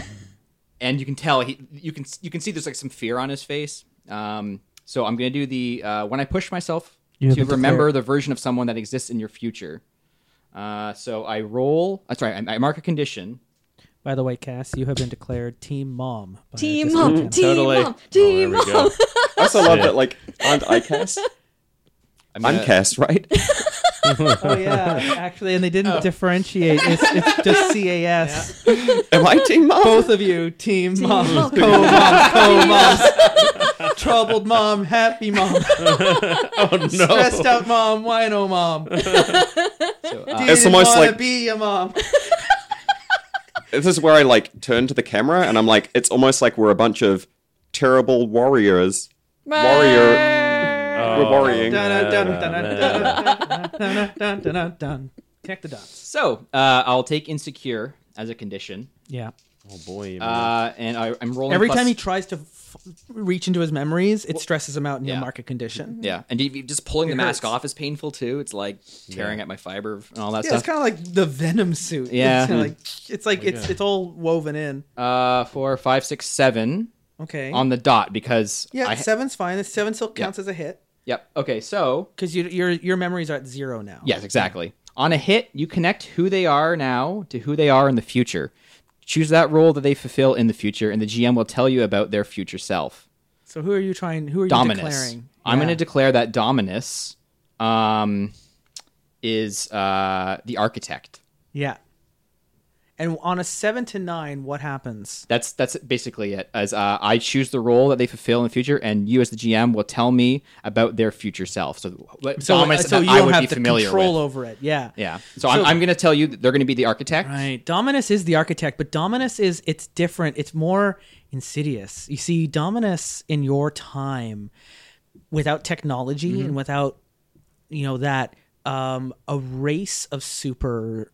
Speaker 5: and you can tell he you can you can see there's like some fear on his face. Um, so I'm gonna do the uh, when I push myself
Speaker 1: You have
Speaker 5: to
Speaker 1: been
Speaker 5: remember the version of someone that exists in your future. Uh, so I roll. That's right. I, I mark a condition.
Speaker 1: By the way, Cass, you have been declared Team Mom. by
Speaker 2: Team
Speaker 1: Jessica
Speaker 2: mom,
Speaker 1: Tanner.
Speaker 2: team
Speaker 4: Totally.
Speaker 2: mom, team
Speaker 4: Oh, there we go.
Speaker 2: mom.
Speaker 6: I also love that like aren't I cast? I'm
Speaker 5: gonna-
Speaker 6: cast, right?
Speaker 1: Oh yeah, actually, and they didn't differentiate. It's, it's just CAS.
Speaker 6: Am I team mom?
Speaker 1: Both of you, team, moms,
Speaker 2: mom.
Speaker 1: co-moms, co-moms, troubled mom, happy mom,
Speaker 4: Oh no!
Speaker 1: stressed out mom, wino mom.
Speaker 5: So, uh,
Speaker 1: Didn't
Speaker 6: almost
Speaker 1: wanna
Speaker 6: like-
Speaker 1: be a mom.
Speaker 6: this is where I like turn to the camera and I'm like, it's almost like we're a bunch of terrible warriors. Warrior. we're worrying.
Speaker 1: Dun, dun, dun, dun, dun, dun, dun, dun, dun. Connect the dots.
Speaker 5: so uh, I'll take insecure as a condition,
Speaker 1: Yeah.
Speaker 4: Oh boy!
Speaker 5: uh, and I, I'm rolling
Speaker 1: Every
Speaker 5: plus-
Speaker 1: time he tries to f- reach into his memories, it stresses him out in the
Speaker 5: yeah.
Speaker 1: market condition.
Speaker 5: Yeah, and you- you- just pulling the mask
Speaker 1: hurts.
Speaker 5: off is painful too. It's like tearing at my fiber and all that
Speaker 1: Yeah, it's
Speaker 5: stuff.
Speaker 1: kind of like the venom suit.
Speaker 5: Yeah.
Speaker 1: it's kinda like it's like it's it's all woven in.
Speaker 5: Uh, four, five, six, seven
Speaker 1: Okay.
Speaker 5: on the dot because
Speaker 1: yeah,
Speaker 5: I,
Speaker 1: seven's fine. The seven still counts as a hit
Speaker 5: Yep. Okay, so
Speaker 1: because you, your your memories are at zero now.
Speaker 5: yes, exactly. On a hit, you connect who they are now to who they are in the future. Choose that role that they fulfill in the future, and the GM will tell you about their future self.
Speaker 1: So who are you trying? Who are you
Speaker 5: Dominus.
Speaker 1: declaring?
Speaker 5: I'm
Speaker 1: Yeah.
Speaker 5: going to declare that Dominus um, is uh, the architect.
Speaker 1: yeah. And on a seven to nine, what happens?
Speaker 5: That's that's basically it. As uh, I choose the role that they fulfill in the future, and you as the GM will tell me about their future self. So, what
Speaker 1: So, uh,
Speaker 5: dominance
Speaker 1: so
Speaker 5: that
Speaker 1: you
Speaker 5: I
Speaker 1: don't
Speaker 5: would
Speaker 1: have
Speaker 5: be
Speaker 1: the
Speaker 5: familiar
Speaker 1: control
Speaker 5: with.
Speaker 1: over it. Yeah.
Speaker 5: yeah. So, I'm, I'm going to tell you that they're going to be the architect.
Speaker 1: Right. Dominus is the architect, but Dominus is it's different. It's more insidious. You see, Dominus in your time, without technology and without you know that um, a race of super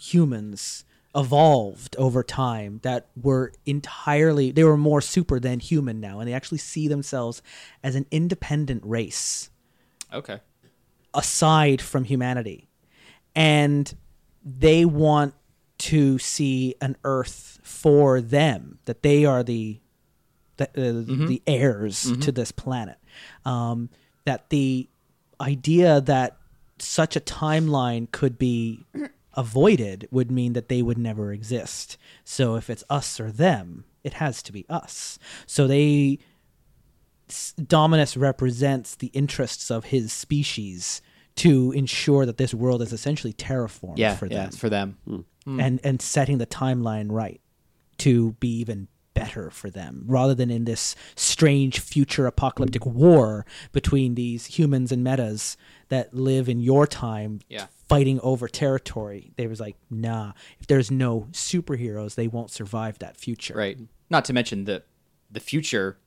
Speaker 1: humans evolved over time that were entirely they were more super than human now and they actually see themselves as an independent race
Speaker 5: Okay.
Speaker 1: aside from humanity. And they want to see an Earth for them, that they are the the, uh,
Speaker 5: Mm-hmm.
Speaker 1: the heirs to this planet. Um, that the idea that such a timeline could be avoided would mean that they would never exist. So if it's us or them, it has to be us. So they S- Dominus represents the interests of his species to ensure that this world is essentially terraformed
Speaker 5: yeah,
Speaker 1: for
Speaker 5: yeah,
Speaker 1: them Hmm.
Speaker 5: it's for them. Hmm.
Speaker 1: and and setting the timeline right to be even better for them rather than in this strange future apocalyptic war between these humans and metas that live in your time
Speaker 3: Yeah.
Speaker 1: fighting over territory they was like nah if there's no superheroes they won't survive that future
Speaker 5: Right. Not to mention the the future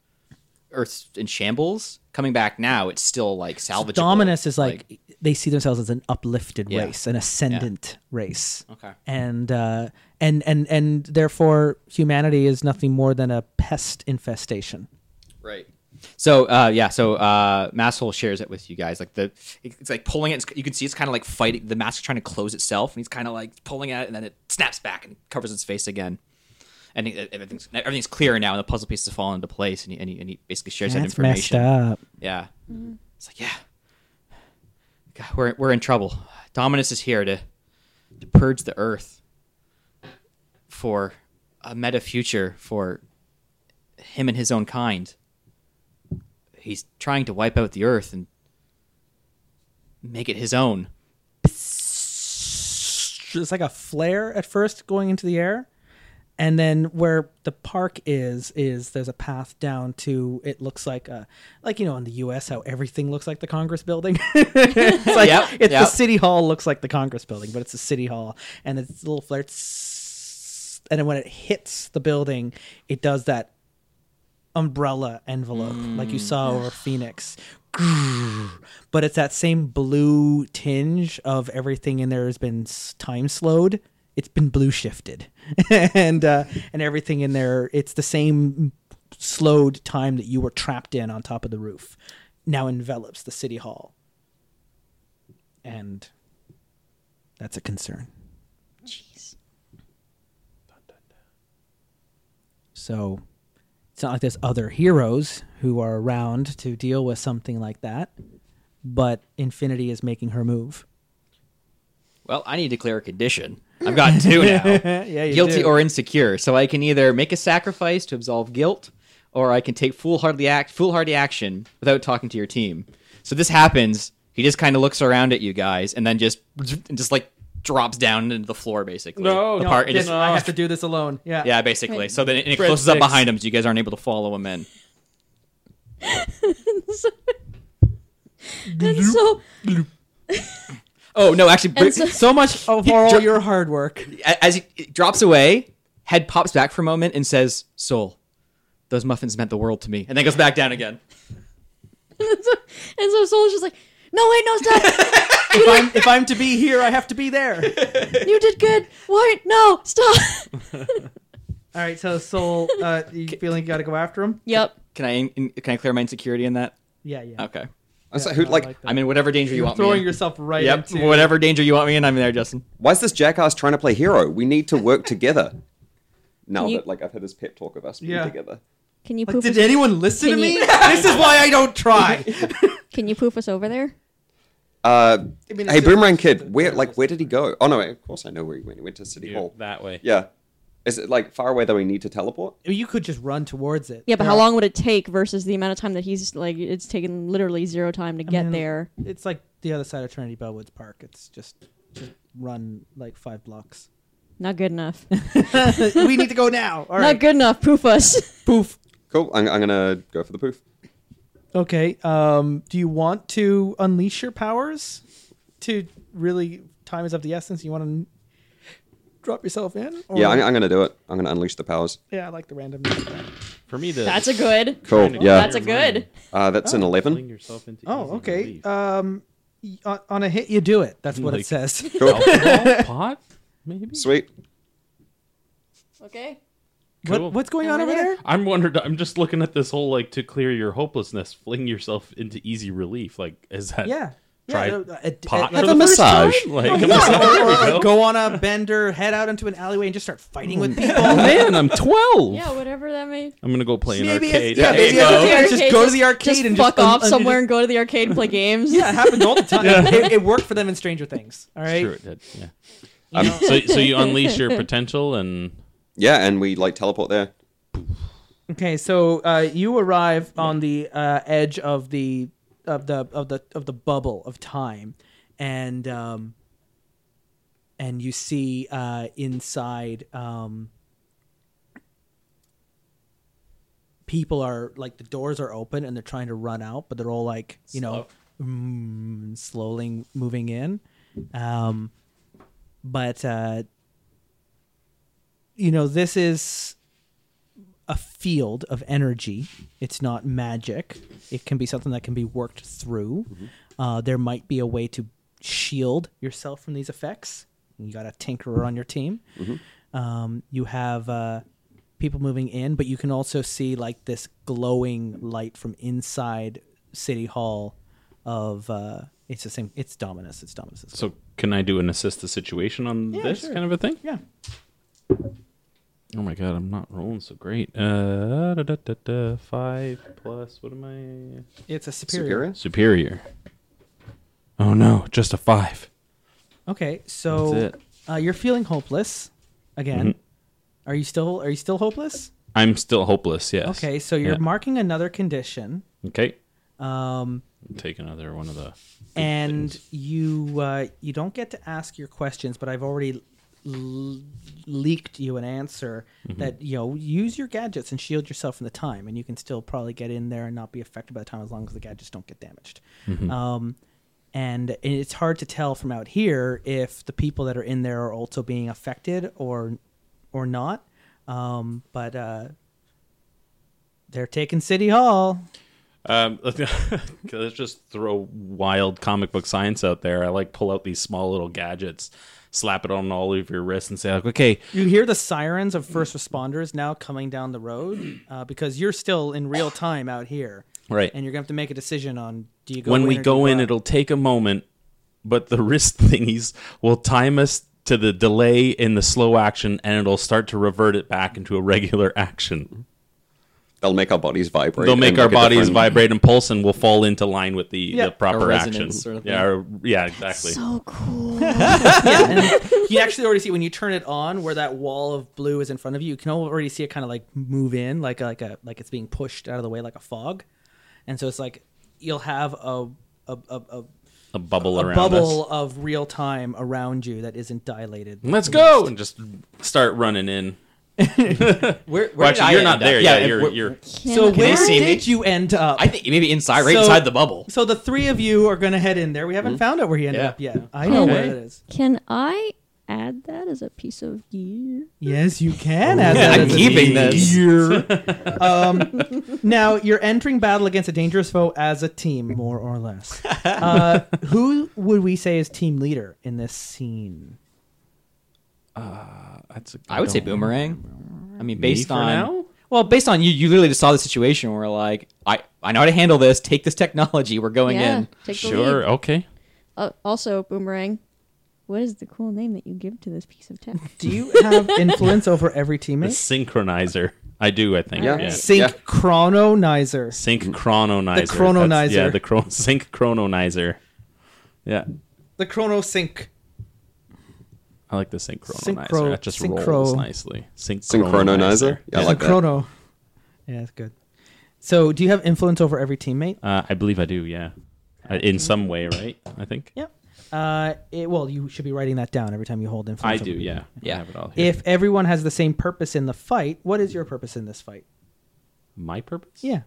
Speaker 5: Earth's in shambles. Coming back now, it's still like salvageable.
Speaker 1: Dominus is like, they see themselves as an uplifted
Speaker 5: Yeah.
Speaker 1: race, an ascendant race.
Speaker 5: Okay.
Speaker 1: And uh, and and and therefore humanity is nothing more than a pest infestation.
Speaker 3: Right.
Speaker 5: So uh, yeah, so uh, Masshole shares it with you guys. Like the, it's like pulling it. It's, you can see it's kind of like fighting. The mask is trying to close itself, and he's kind of like pulling at it, and then it snaps back and covers its face again. And it- it- everything's everything's clear now, and the puzzle pieces fall into place. And he, and he, and he basically shares that
Speaker 1: That's messed
Speaker 5: information.
Speaker 1: up.
Speaker 5: Yeah, it's like yeah, God, we're we're in trouble. Dominus is here to to purge the earth for a meta future for him and his own kind. He's trying to wipe out the earth and make it his own.
Speaker 1: It's like a flare at first going into the air, and then where the park is is there's a path down to it looks like a like you know in the U.S. how everything looks like the Congress building. it's like
Speaker 5: Yep,
Speaker 1: it's the
Speaker 5: yep.
Speaker 1: city hall looks like the Congress building, but it's a city hall, and it's a little flare. tss, And then when it hits the building, it does that umbrella envelope like you saw over Phoenix. But it's that same blue tinge of everything in there has been s- time slowed. It's been blue shifted, and uh, and everything in there it's the same slowed time that you were trapped in on top of the roof. Now envelops the city hall, and that's a concern.
Speaker 2: Jeez.
Speaker 1: So it's not like there's other heroes who are around to deal with something like that. But Infinity is making her move.
Speaker 5: Well, I need to clear a condition. I've got two now.
Speaker 1: Yeah, you
Speaker 5: Guilty
Speaker 1: do.
Speaker 5: or insecure. So I can either make a sacrifice to absolve guilt, or I can take foolhardy act foolhardy action without talking to your team. So this happens. He just kind of looks around at you guys and then just and just like drops down into the floor basically.
Speaker 4: No,
Speaker 5: the part, it
Speaker 4: no.
Speaker 5: just-
Speaker 1: I have to do this alone. Yeah.
Speaker 5: yeah, basically. So then it, and it
Speaker 4: Fred
Speaker 5: closes up
Speaker 4: sticks.
Speaker 5: behind him, so you guys aren't able to follow him in.
Speaker 2: And so
Speaker 5: Oh no, actually,
Speaker 2: And
Speaker 5: Bri-
Speaker 2: so-
Speaker 1: So much of- for all your hard work.
Speaker 5: a- as he it drops away, head pops back for a moment and says, "Soul, those muffins meant the world to me," and then goes back down again.
Speaker 2: and so and so Soul's just like, no wait, no stop.
Speaker 1: If I'm if I'm to be here, I have to be there.
Speaker 2: you did good. Wait, no stop.
Speaker 1: All right. So Soul, uh, you feeling you got to go after him?
Speaker 2: yep.
Speaker 5: Can I in, can I clear my insecurity in that?
Speaker 1: Yeah. Yeah.
Speaker 5: Okay.
Speaker 6: It's like, who, like,
Speaker 5: I'm in whatever danger you want me
Speaker 1: throwing
Speaker 5: in.
Speaker 1: yourself right
Speaker 5: yep.
Speaker 1: into
Speaker 5: Whatever danger you want me in, I'm there, Justin.
Speaker 6: why is this jackass trying to play hero? We need to work together. Now
Speaker 2: You-
Speaker 6: that like I've had this pep talk of us being
Speaker 1: Yeah.
Speaker 6: together.
Speaker 2: Can you
Speaker 1: Like,
Speaker 2: poof?
Speaker 1: did
Speaker 2: us-
Speaker 1: anyone listen to
Speaker 2: Can
Speaker 1: me?
Speaker 2: you-
Speaker 1: this is why I don't try.
Speaker 2: can you poof us over there?
Speaker 6: Uh,
Speaker 1: I mean,
Speaker 6: hey,
Speaker 1: it's-
Speaker 6: Boomerang Kid, where like where did he go? Oh no, wait, of course I know where he went. He went to City Hall.
Speaker 4: that way.
Speaker 6: Yeah, is it like far away that we need to teleport?
Speaker 1: You could just run towards it.
Speaker 2: Yeah, but
Speaker 1: There
Speaker 2: how
Speaker 1: are-
Speaker 2: long would it take versus the amount of time that he's like it's taken literally zero time to get
Speaker 1: mean,
Speaker 2: there?
Speaker 1: It's like the other side of Trinity Bellwoods Park. It's just just run like five blocks.
Speaker 2: Not good enough.
Speaker 1: we need to go now. All
Speaker 2: Not
Speaker 1: right.
Speaker 2: good enough. Poof us.
Speaker 1: Poof.
Speaker 6: Cool. I'm, I'm gonna go for the poof.
Speaker 1: Okay. Um, do you want to unleash your powers? To really, time is of the essence. You want to drop yourself in? Or,
Speaker 6: Yeah, I'm, I'm gonna do it. I'm gonna unleash the powers.
Speaker 1: yeah. I like the randomness.
Speaker 4: For me to
Speaker 2: That's a good.
Speaker 6: Cool.
Speaker 4: Trying to
Speaker 6: Yeah,
Speaker 2: That's a good.
Speaker 6: uh, that's an
Speaker 4: fling
Speaker 6: eleven.
Speaker 4: yourself into easy
Speaker 1: Oh, okay.
Speaker 4: relief.
Speaker 1: Um, y- on, on a hit, you do it. That's what it
Speaker 4: Like-
Speaker 1: says.
Speaker 6: Cool.
Speaker 4: Alcohol? pot, maybe.
Speaker 6: Sweet.
Speaker 2: Okay.
Speaker 4: Cool.
Speaker 1: What, what's going on
Speaker 2: Over
Speaker 1: over
Speaker 2: there.
Speaker 1: there?
Speaker 4: I'm wondered. I'm just looking at this whole like to clear your hopelessness, fling yourself into easy relief. Like, is that
Speaker 1: Yeah.
Speaker 4: Try
Speaker 1: no, uh, at- at,
Speaker 4: pot
Speaker 1: like,
Speaker 4: for the
Speaker 1: first
Speaker 6: massage.
Speaker 1: time?
Speaker 4: Like,
Speaker 1: Oh,
Speaker 4: a
Speaker 1: yeah,
Speaker 4: massage,
Speaker 1: or-
Speaker 4: there you
Speaker 1: or
Speaker 4: go.
Speaker 1: go on a bender, head out into an alleyway, and just start fighting with people.
Speaker 4: Oh man, I'm 12.
Speaker 2: Yeah, whatever that may.
Speaker 4: I'm gonna go play an
Speaker 1: Maybe it's-
Speaker 4: arcade.
Speaker 1: yeah,
Speaker 4: There you
Speaker 1: maybe it's-
Speaker 4: go.
Speaker 1: yeah, just go to the
Speaker 2: just-
Speaker 1: arcade
Speaker 2: just
Speaker 1: and just
Speaker 2: fuck off
Speaker 1: un- un-
Speaker 2: somewhere and go to the arcade and play games.
Speaker 1: yeah, it happens all the time. It, it worked for them in Stranger Things. All right,
Speaker 4: Sure, that- yeah.
Speaker 6: I'm-
Speaker 4: so, so you unleash your potential and
Speaker 6: yeah, and we like teleport there.
Speaker 1: Okay, so uh, you arrive on the uh, edge of the of the of the of the bubble of time, and um, and you see uh, inside um, people are like the doors are open and they're trying to run out, but they're all like you know mm, slowly moving in, um, but uh, you know this is a field of energy. It's not magic. It can be something that can be worked through. Uh, there might be a way to shield yourself from these effects. You got a tinkerer on your team. Um, you have uh, people moving in, but you can also see like this glowing light from inside City Hall. Of uh, it's the same. It's Dominus. It's Dominus.
Speaker 4: so can I do an assist the situation on this kind of a thing?
Speaker 1: yeah.
Speaker 4: Oh my god, I'm not rolling so great. Uh, da, da, da, da, five plus. What am
Speaker 1: It's a superior.
Speaker 4: I?
Speaker 6: Superior?
Speaker 4: Superior. Oh no, just a five.
Speaker 1: Okay, so
Speaker 4: That's it.
Speaker 1: uh, you're feeling hopeless again. Are you still? Are you still hopeless?
Speaker 4: I'm still hopeless. Yes.
Speaker 1: Okay, so you're
Speaker 4: Yeah.
Speaker 1: marking another condition,
Speaker 4: Okay.
Speaker 1: um,
Speaker 4: Take another one of the.
Speaker 1: and you uh, you don't get to ask your questions, but I've already l- leaked you an answer that you know use your gadgets and shield yourself from the time, and you can still probably get in there and not be affected by the time as long as the gadgets don't get damaged. Um, and it's hard to tell from out here if the people that are in there are also being affected or or not. Um, but uh, they're taking City Hall.
Speaker 4: Um, let's just throw wild comic book science out there. I like pull out these small little gadgets, slap it on all of your wrists, and say like, okay,
Speaker 1: You hear the sirens of first responders now coming down the road uh, because you're still in real time out here,
Speaker 4: right.
Speaker 1: and you're gonna have to make a decision on do you go
Speaker 4: when
Speaker 1: in
Speaker 4: we
Speaker 1: or do
Speaker 4: go
Speaker 1: you
Speaker 4: in,
Speaker 1: out?
Speaker 4: it'll take a moment, but the wrist thingies will time us to the delay in the slow action, and it'll start to revert it back into a regular action.
Speaker 6: They'll make our bodies vibrate.
Speaker 4: They'll make
Speaker 6: and,
Speaker 4: our
Speaker 6: like, a
Speaker 4: bodies
Speaker 6: different-
Speaker 4: vibrate and pulse, and we'll fall into line with the,
Speaker 1: Yeah.
Speaker 4: the proper
Speaker 5: A
Speaker 4: action.
Speaker 5: resonance sort of
Speaker 4: yeah, or- yeah, exactly.
Speaker 2: So cool.
Speaker 1: yeah, and you actually already see when you turn it on where that wall of blue is in front of you. You can already see it kind of like move in, like like a like it's being pushed out of the way like a fog, and so it's like you'll have a a a, a,
Speaker 4: a bubble
Speaker 1: a
Speaker 4: around
Speaker 1: bubble
Speaker 4: us.
Speaker 1: of real time around you that isn't dilated.
Speaker 4: Let's go and just start running in.
Speaker 5: Where, where
Speaker 4: Well,
Speaker 5: did I
Speaker 4: actually, you're
Speaker 5: end
Speaker 4: not
Speaker 5: up?
Speaker 4: there. Yeah,
Speaker 5: and
Speaker 4: you're,
Speaker 5: we're-
Speaker 4: you're.
Speaker 1: So
Speaker 5: they
Speaker 1: where
Speaker 5: see me?
Speaker 1: did you end up?
Speaker 5: I think maybe inside, right
Speaker 1: So-
Speaker 5: inside the bubble.
Speaker 1: So the three of you are going to head in there. We
Speaker 6: Hmm?
Speaker 1: haven't found out where he ended
Speaker 5: Yeah.
Speaker 1: up yet. I know
Speaker 2: Okay.
Speaker 1: where it is.
Speaker 2: Can I add that as a piece of gear?
Speaker 1: Yes, you
Speaker 6: Oh,
Speaker 1: can. Add that
Speaker 5: I'm
Speaker 1: as a
Speaker 5: keeping this.
Speaker 1: team. Now you're entering battle against a dangerous foe as a team, more or less. Uh, who would we say is team leader in this scene?
Speaker 4: That's a,
Speaker 5: I would say boomerang. I mean, based
Speaker 4: for
Speaker 5: on
Speaker 4: now?
Speaker 5: well, based on you, you literally just saw the situation where like I I know how to handle this. Take this technology. We're going
Speaker 2: yeah,
Speaker 5: in.
Speaker 2: take the
Speaker 4: Sure.
Speaker 2: lead.
Speaker 4: Okay.
Speaker 2: Uh, also, boomerang. What is the cool name that you give to this piece of tech?
Speaker 1: Do you have influence over every
Speaker 4: The
Speaker 1: teammate?
Speaker 4: synchronizer. I do. I think.
Speaker 6: Yeah.
Speaker 4: yeah.
Speaker 1: Sync
Speaker 6: Yeah.
Speaker 1: Chrononizer.
Speaker 4: Sync chrononizer.
Speaker 1: The chrononizer.
Speaker 4: That's- yeah, the chron- sync chrononizer. Yeah,
Speaker 1: The Chrono Sync.
Speaker 4: I like the sync chrononizer.
Speaker 1: Synchro-
Speaker 4: that just
Speaker 1: synchro-
Speaker 4: rolls nicely. Sync
Speaker 6: Synchrononizer? Yeah, I like that.
Speaker 1: Chrono. Yeah, that's good. So, do you have influence over every teammate?
Speaker 4: Uh, I believe I do. Yeah, Uh, in some way, right? I think
Speaker 1: Yep. Uh, it, well, you should be writing that down every time you hold
Speaker 4: I
Speaker 1: influence.
Speaker 4: do.
Speaker 1: over-
Speaker 4: Yeah,
Speaker 5: Yeah.
Speaker 4: I have it all here.
Speaker 1: If everyone has the same purpose in the fight, what is your purpose in this fight?
Speaker 4: my purpose.
Speaker 1: Yeah.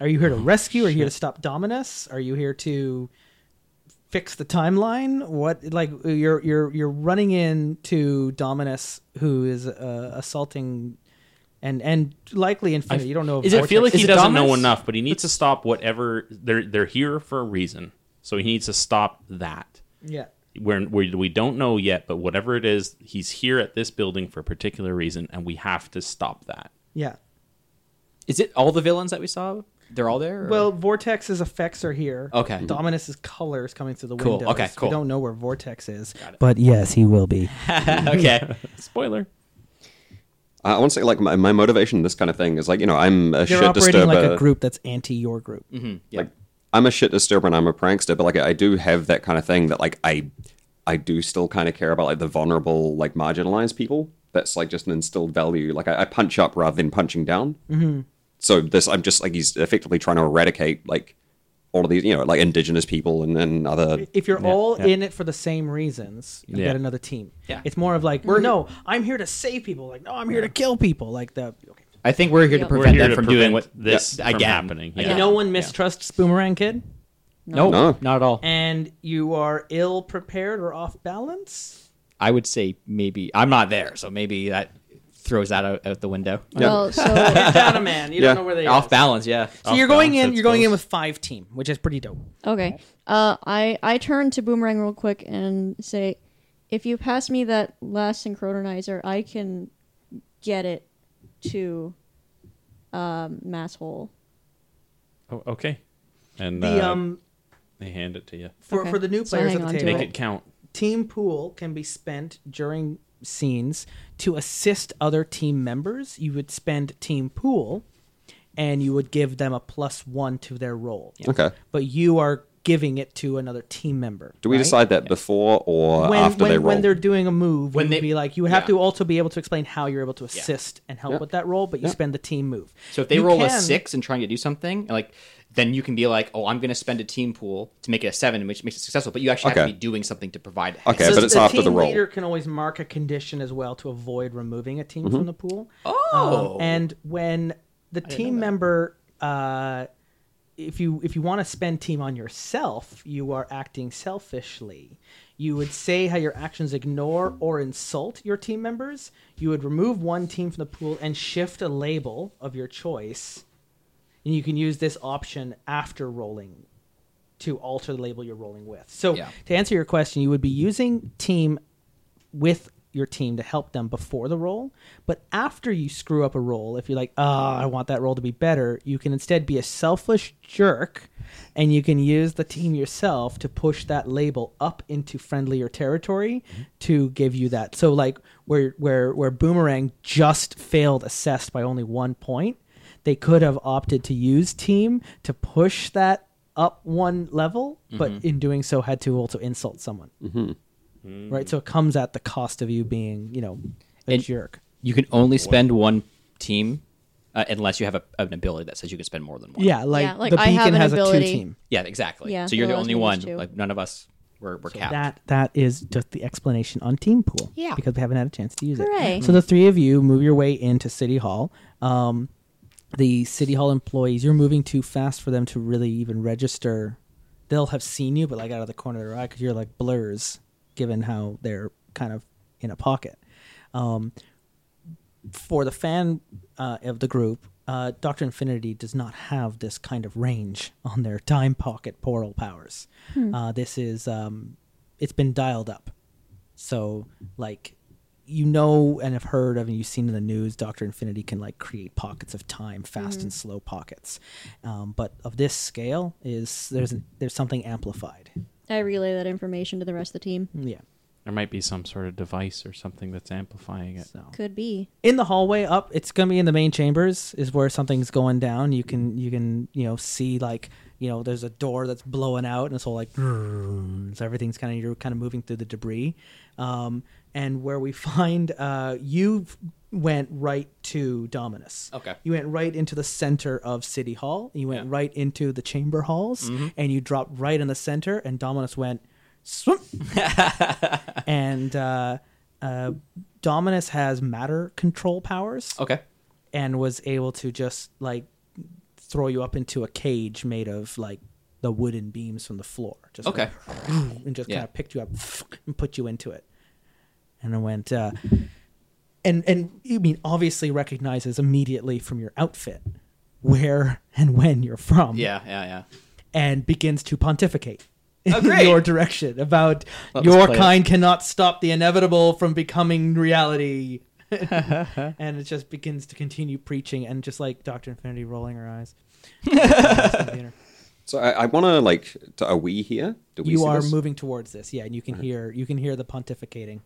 Speaker 1: Are you here
Speaker 4: Oh,
Speaker 1: to rescue? Are you here to stop Dominus? Are you here to fix the timeline? What like you're you're you're running in to Dominus who is uh, assaulting and and likely Infinity. you don't know. if
Speaker 4: Is it feel like
Speaker 1: Vortex-
Speaker 4: he
Speaker 5: Is it
Speaker 4: doesn't know
Speaker 5: dominance?
Speaker 4: enough, but he needs to stop whatever they're they're here for a reason. So he needs to stop that.
Speaker 1: Yeah.
Speaker 4: Where where we don't know yet, but whatever it is, he's here at this building for a particular reason, and we have to stop that.
Speaker 1: Yeah.
Speaker 5: Is it all the villains that we saw? They're all there. or-
Speaker 1: Well, Vortex's effects are here.
Speaker 5: Okay. Mhm.
Speaker 1: Dominus's color is coming through the
Speaker 5: Cool.
Speaker 1: window.
Speaker 5: Okay, cool.
Speaker 1: We don't know where Vortex is, but yes, he will be.
Speaker 5: okay.
Speaker 4: Spoiler.
Speaker 6: I want to say Uh, like my, my motivation in this kind of thing is like you know I'm a
Speaker 1: They're
Speaker 6: shit
Speaker 1: operating
Speaker 6: disturber.
Speaker 1: like a group that's anti your group.
Speaker 6: Like I'm a shit disturber and I'm a prankster, but like I do have that kind of thing that like I I do still kind of care about like the vulnerable like marginalized people. That's like just an instilled value. Like I, I punch up rather than punching down. Mm-hmm. So this I'm just like he's effectively trying to eradicate like all of these you know like indigenous people and then other.
Speaker 1: If you're all in it for the same reasons, you
Speaker 4: Yeah.
Speaker 1: get another team.
Speaker 5: Yeah.
Speaker 1: It's more of like, no, I'm here to save people. Like, no, I'm here to kill people. Like the okay.
Speaker 5: I think we're here to
Speaker 2: Yep.
Speaker 4: We're
Speaker 5: prevent
Speaker 4: here
Speaker 5: them
Speaker 4: to
Speaker 5: from
Speaker 4: prevent
Speaker 5: doing what
Speaker 4: this
Speaker 5: yeah,
Speaker 4: from
Speaker 5: again.
Speaker 4: happening, yeah.
Speaker 5: Again.
Speaker 1: no one mistrusts Boomerang Kid,
Speaker 5: No,
Speaker 6: No.
Speaker 5: not at all.
Speaker 1: and you are ill prepared or off balance.
Speaker 5: I would say maybe I'm not there, so maybe that throws that out, out the window.
Speaker 2: Well, so
Speaker 1: Down a man. You
Speaker 6: Yeah.
Speaker 1: don't know where they
Speaker 5: Off
Speaker 1: are.
Speaker 5: balance, yeah.
Speaker 4: Oh.
Speaker 1: So you're going
Speaker 4: balance,
Speaker 1: in.
Speaker 4: I
Speaker 1: You're going in
Speaker 4: suppose.
Speaker 1: with five team, which is pretty dope.
Speaker 2: okay, uh, I I turn to Boomerang real quick and say, if you pass me that last synchronizer, I can get it to um, Masshole.
Speaker 4: Oh, okay. And
Speaker 1: The
Speaker 4: uh,
Speaker 1: um
Speaker 4: they hand it to you.
Speaker 1: for,
Speaker 2: Okay.
Speaker 1: for the new
Speaker 2: So
Speaker 1: players
Speaker 2: hang
Speaker 1: at
Speaker 2: on
Speaker 1: the
Speaker 2: to
Speaker 1: table,
Speaker 4: Make
Speaker 2: Right.
Speaker 4: it count.
Speaker 1: team pool can be spent during scenes to assist other team members. You would spend team pool, and you would give them a plus one to their roll.
Speaker 6: Okay.
Speaker 1: But you are giving it to another team member.
Speaker 6: Do we
Speaker 1: right?
Speaker 6: decide that before or
Speaker 1: when
Speaker 6: after
Speaker 1: when,
Speaker 6: they roll?
Speaker 1: when they're doing a move?
Speaker 5: When
Speaker 1: When
Speaker 5: they-
Speaker 1: they be like, you would have
Speaker 5: yeah.
Speaker 1: to also be able to explain how you're able to assist and help
Speaker 6: Yeah.
Speaker 1: with that roll, but you spend the team move.
Speaker 5: So if they
Speaker 1: You
Speaker 5: roll a
Speaker 1: can-
Speaker 5: six and trying to do something, like then you can be like, oh, I'm going to spend a team pool to make it a seven, which makes it successful. But you actually have
Speaker 6: Okay.
Speaker 5: to be doing something to provide.
Speaker 6: Okay,
Speaker 1: So
Speaker 6: but it's
Speaker 1: the
Speaker 6: after
Speaker 1: team
Speaker 6: the roll.
Speaker 1: leader can always mark a condition as well to avoid removing a team
Speaker 6: Mm-hmm.
Speaker 1: from the pool. Um,
Speaker 5: Oh.
Speaker 1: and when the team member, uh, if you if you want to spend team on yourself, you are acting selfishly. You would say how your actions ignore or insult your team members. You would remove one team from the pool and shift a label of your choice, and you can use this option after rolling to alter the label you're rolling with. So
Speaker 5: Yeah.
Speaker 1: to answer your question, you would be using team with your team to help them before the roll, but after you screw up a roll, if you're like, "Oh, I want that roll to be better," you can instead be a selfish jerk and you can use the team yourself to push that label up into friendlier territory to give you that. So like where where where Boomerang just failed assessed by only 1 point, they could have opted to use team to push that up one level, but in doing so had to also insult someone. Right? So it comes at the cost of you being, you know, a
Speaker 5: And-
Speaker 1: jerk.
Speaker 5: you can only spend one team uh, unless you have a, an ability that says you can spend more than one.
Speaker 1: Yeah, like,
Speaker 2: Yeah, like,
Speaker 1: the
Speaker 2: I have
Speaker 1: beacon
Speaker 2: an
Speaker 1: has a two
Speaker 2: ability-
Speaker 1: team.
Speaker 5: Yeah, exactly.
Speaker 2: Yeah,
Speaker 5: so you're the
Speaker 2: otherwise
Speaker 5: only
Speaker 2: we lose
Speaker 5: one.
Speaker 2: two.
Speaker 5: Like none of us were, were capped.
Speaker 1: That that is just the explanation on Team Pool.
Speaker 2: Yeah.
Speaker 1: because we haven't had a chance to use
Speaker 2: Hooray.
Speaker 1: it. So the three of you move your way into City Hall. Um, the City Hall employees, you're moving too fast for them to really even register. They'll have seen you, but like out of the corner of their eye, because you're like blurs, given how they're kind of in a pocket. Um, for the fan uh, of the group, uh, Doctor Infinity does not have this kind of range on their time pocket portal powers. Uh, this is um, it's been dialed up, so like you know and have heard of and you've seen in the news, Doctor Infinity can like create pockets of time, fast and slow pockets. Um, but of this scale, is there's there's something amplified.
Speaker 2: I relay that information to the rest of the team.
Speaker 1: Yeah.
Speaker 4: There might be some sort of device or something that's amplifying it.
Speaker 1: So.
Speaker 2: Could be.
Speaker 1: in the hallway up it's gonna be in the main chambers is where something's going down you can you can you know see like you know there's a door that's blowing out and it's all like so everything's kind of you're kind of moving through the debris um, and where we find uh, you f- went right to dominus
Speaker 5: Okay.
Speaker 1: you went right into the center of city hall you went right into the chamber halls and you dropped right in the center and dominus went swoop and uh, uh, Dominus has matter control powers
Speaker 5: Okay.
Speaker 1: and was able to just like throw you up into a cage made of like the wooden beams from the floor. Just
Speaker 5: Okay.
Speaker 1: like, and just
Speaker 5: Yeah.
Speaker 1: kind of picked you up and put you into it. And I went, uh, and and you mean obviously recognizes immediately from your outfit where and when you're from
Speaker 5: Yeah, yeah,
Speaker 1: and begins to pontificate
Speaker 5: Oh,
Speaker 1: in
Speaker 5: great.
Speaker 1: your direction about
Speaker 5: Let us
Speaker 1: your
Speaker 5: play it.
Speaker 1: kind cannot stop the inevitable from becoming reality. and it just begins to continue preaching and just like Dr. Infinity rolling her eyes. computer.
Speaker 6: So I, I want to like to, are we here? Do we
Speaker 1: You
Speaker 6: see
Speaker 1: are
Speaker 6: this?
Speaker 1: moving towards this, yeah, and you can hear you can hear the pontificating.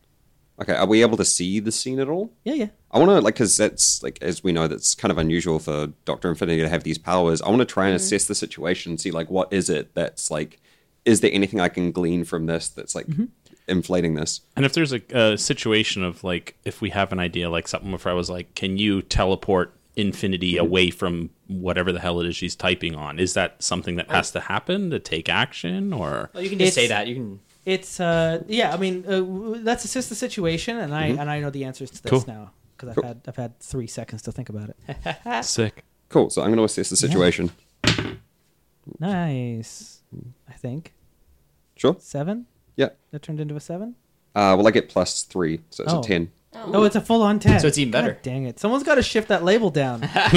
Speaker 6: Okay, are we able to see the scene at all?
Speaker 1: Yeah, yeah.
Speaker 6: I want to like because that's like as we know that's kind of unusual for Doctor Infinity to have these powers. I want to try
Speaker 1: Mm-hmm.
Speaker 6: and assess the situation, see like what is it that's like, is there anything I can glean from this that's like
Speaker 1: Mm-hmm.
Speaker 6: inflating this?
Speaker 4: And if there's a, a situation of like, if we have an idea, like something where I was like, can you teleport infinity
Speaker 2: Mm-hmm.
Speaker 4: away from whatever the hell it is she's typing on? Is that something that has to happen to take action or?
Speaker 3: Well, you can just say
Speaker 1: It's-
Speaker 3: that. You can.
Speaker 1: It's uh, yeah. I mean, uh, w- let's assist the situation, and I and I know the answers to this
Speaker 4: Cool.
Speaker 1: now because I've
Speaker 6: Cool.
Speaker 1: had I've had three seconds to think about it.
Speaker 4: Sick.
Speaker 6: Cool. So I'm going to assess the situation.
Speaker 1: nice. I think
Speaker 6: Sure.
Speaker 1: seven.
Speaker 6: Yeah.
Speaker 1: That turned into a seven.
Speaker 6: Uh, well, I get plus three, so it's
Speaker 1: Oh.
Speaker 6: a ten.
Speaker 1: Oh, it's a full on ten.
Speaker 3: So it's even better.
Speaker 1: God dang it! Someone's got to shift that label down. I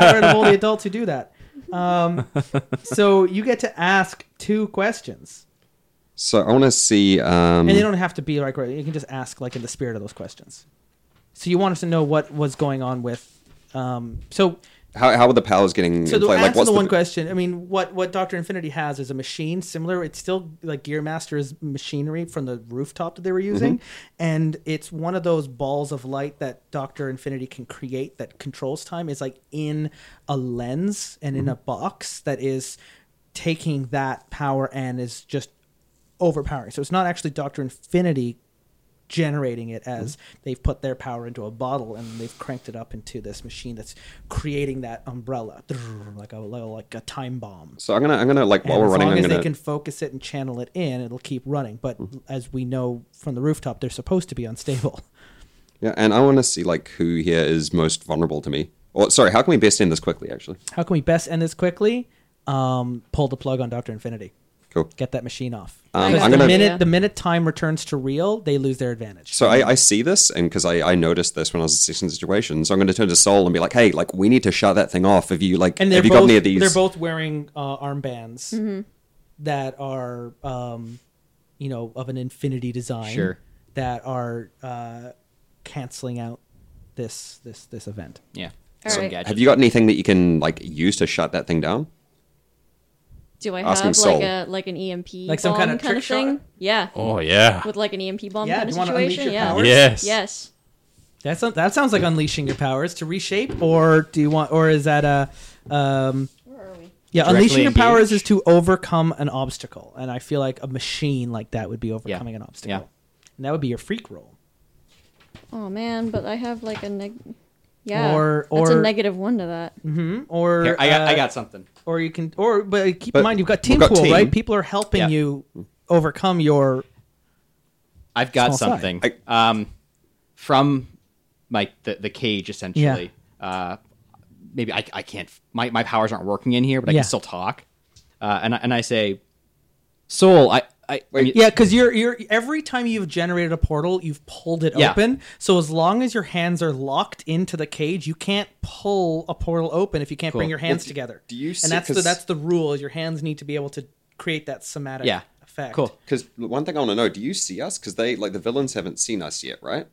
Speaker 1: got rid of all the adults who do that. Um, so you get to ask two questions,
Speaker 6: So I want to see. Um,
Speaker 1: and they don't have to be like right. You can just ask like in the spirit of those questions. So you want us to know what was going on with. Um, so
Speaker 6: how how are the powers getting
Speaker 1: So the
Speaker 6: inflated?
Speaker 1: answer
Speaker 6: Mm, Like
Speaker 1: to
Speaker 6: what's
Speaker 1: the one question. I mean, what what Doctor Infinity has is a machine similar. It's still like Gear Master's machinery from the rooftop that they were
Speaker 6: Mm-hmm.
Speaker 1: using, and it's one of those balls of light that Doctor Infinity can create that controls time. Is like in a lens and
Speaker 6: Mm-hmm.
Speaker 1: in a box that is taking that power and is just overpowering. So it's not actually Doctor Infinity generating it as
Speaker 6: Mm-hmm.
Speaker 1: they've put their power into a bottle and they've cranked it up into this machine that's creating that umbrella like a little like a time bomb.
Speaker 6: So I'm gonna I'm gonna like while
Speaker 1: And
Speaker 6: we're
Speaker 1: as
Speaker 6: running,
Speaker 1: long
Speaker 6: I'm
Speaker 1: as
Speaker 6: gonna Mm-hmm.
Speaker 1: they can focus it and channel it in, it'll keep running. But as we know from the rooftop, they're supposed to be unstable.
Speaker 6: yeah, and I want to see like who here is most vulnerable to me. Or sorry, how can we best end this quickly? Actually,
Speaker 1: How can we best end this quickly? Um, pull the plug on Doctor Infinity.
Speaker 6: cool.
Speaker 1: Get that machine off.
Speaker 6: Um,
Speaker 2: got
Speaker 6: I'm
Speaker 2: it.
Speaker 1: the
Speaker 6: gonna.
Speaker 1: minute
Speaker 2: Yeah.
Speaker 1: the minute time returns to real, they lose their advantage.
Speaker 6: So I, I see this, and because I, I noticed this when I was assessing situations, so I'm going to turn to Soul and be like, "Hey, like we need to shut that thing off. Have you like
Speaker 1: and they're
Speaker 6: have you
Speaker 1: both,
Speaker 6: got any of these?"
Speaker 1: They're both wearing uh, armbands that are, um, you know, of an infinity design.
Speaker 5: Sure.
Speaker 1: That are uh, canceling out this this this event.
Speaker 5: Yeah.
Speaker 2: All
Speaker 5: Some
Speaker 2: right.
Speaker 5: gadget.
Speaker 6: have you got anything that you can like use to shut that thing down?
Speaker 2: Do I
Speaker 6: Asking
Speaker 2: have
Speaker 6: Sol.
Speaker 2: like a like an EMP
Speaker 1: Like some
Speaker 2: bomb
Speaker 1: kind of trick shot?
Speaker 2: thing? Yeah,
Speaker 4: Oh yeah.
Speaker 2: with like an EMP bomb
Speaker 1: Yeah,
Speaker 2: kind
Speaker 1: do
Speaker 2: of
Speaker 1: you wanna unleash your
Speaker 2: situation. Yeah.
Speaker 1: powers?
Speaker 4: Yes.
Speaker 2: Yes.
Speaker 1: That sounds that sounds like unleashing your powers to reshape, or do you want, or is that a, um,
Speaker 2: Where are we?
Speaker 1: yeah,
Speaker 5: Directly
Speaker 1: unleashing your
Speaker 5: engage.
Speaker 1: powers is to overcome an obstacle, and I feel like a machine like that would be overcoming an obstacle, and that would be your freak roll.
Speaker 2: Oh man, but I have like a neg. Yeah.
Speaker 1: Or-
Speaker 2: that's
Speaker 1: or-
Speaker 2: a negative one to that.
Speaker 1: hmm Or
Speaker 5: Here, I, got, I
Speaker 1: uh,
Speaker 5: got something.
Speaker 1: or you can or but keep in
Speaker 6: But
Speaker 1: mind you've got team
Speaker 6: we've got
Speaker 1: pool
Speaker 6: team.
Speaker 1: right people are helping
Speaker 5: Yeah.
Speaker 1: you overcome your
Speaker 5: I've got
Speaker 1: Small side.
Speaker 5: something um, from my the, the cage essentially. Uh, maybe I, I can't. My, my powers aren't working in here, but I
Speaker 1: Yeah.
Speaker 5: can still talk. Uh, and I, and I say, Soul, I I, I mean,
Speaker 1: yeah because you're you're every time you've generated a portal you've pulled it
Speaker 5: Yeah.
Speaker 1: open so as long as your hands are locked into the cage you can't pull a portal open if you can't bring
Speaker 5: Cool.
Speaker 1: your hands together
Speaker 6: do you see-
Speaker 1: and that's the
Speaker 6: 'cause-
Speaker 1: that's the rule is your hands need to be able to create that somatic
Speaker 5: Yeah.
Speaker 1: effect
Speaker 5: Cool.
Speaker 6: Because one thing I want to know, do you see us? Because they like the villains haven't seen us yet, right?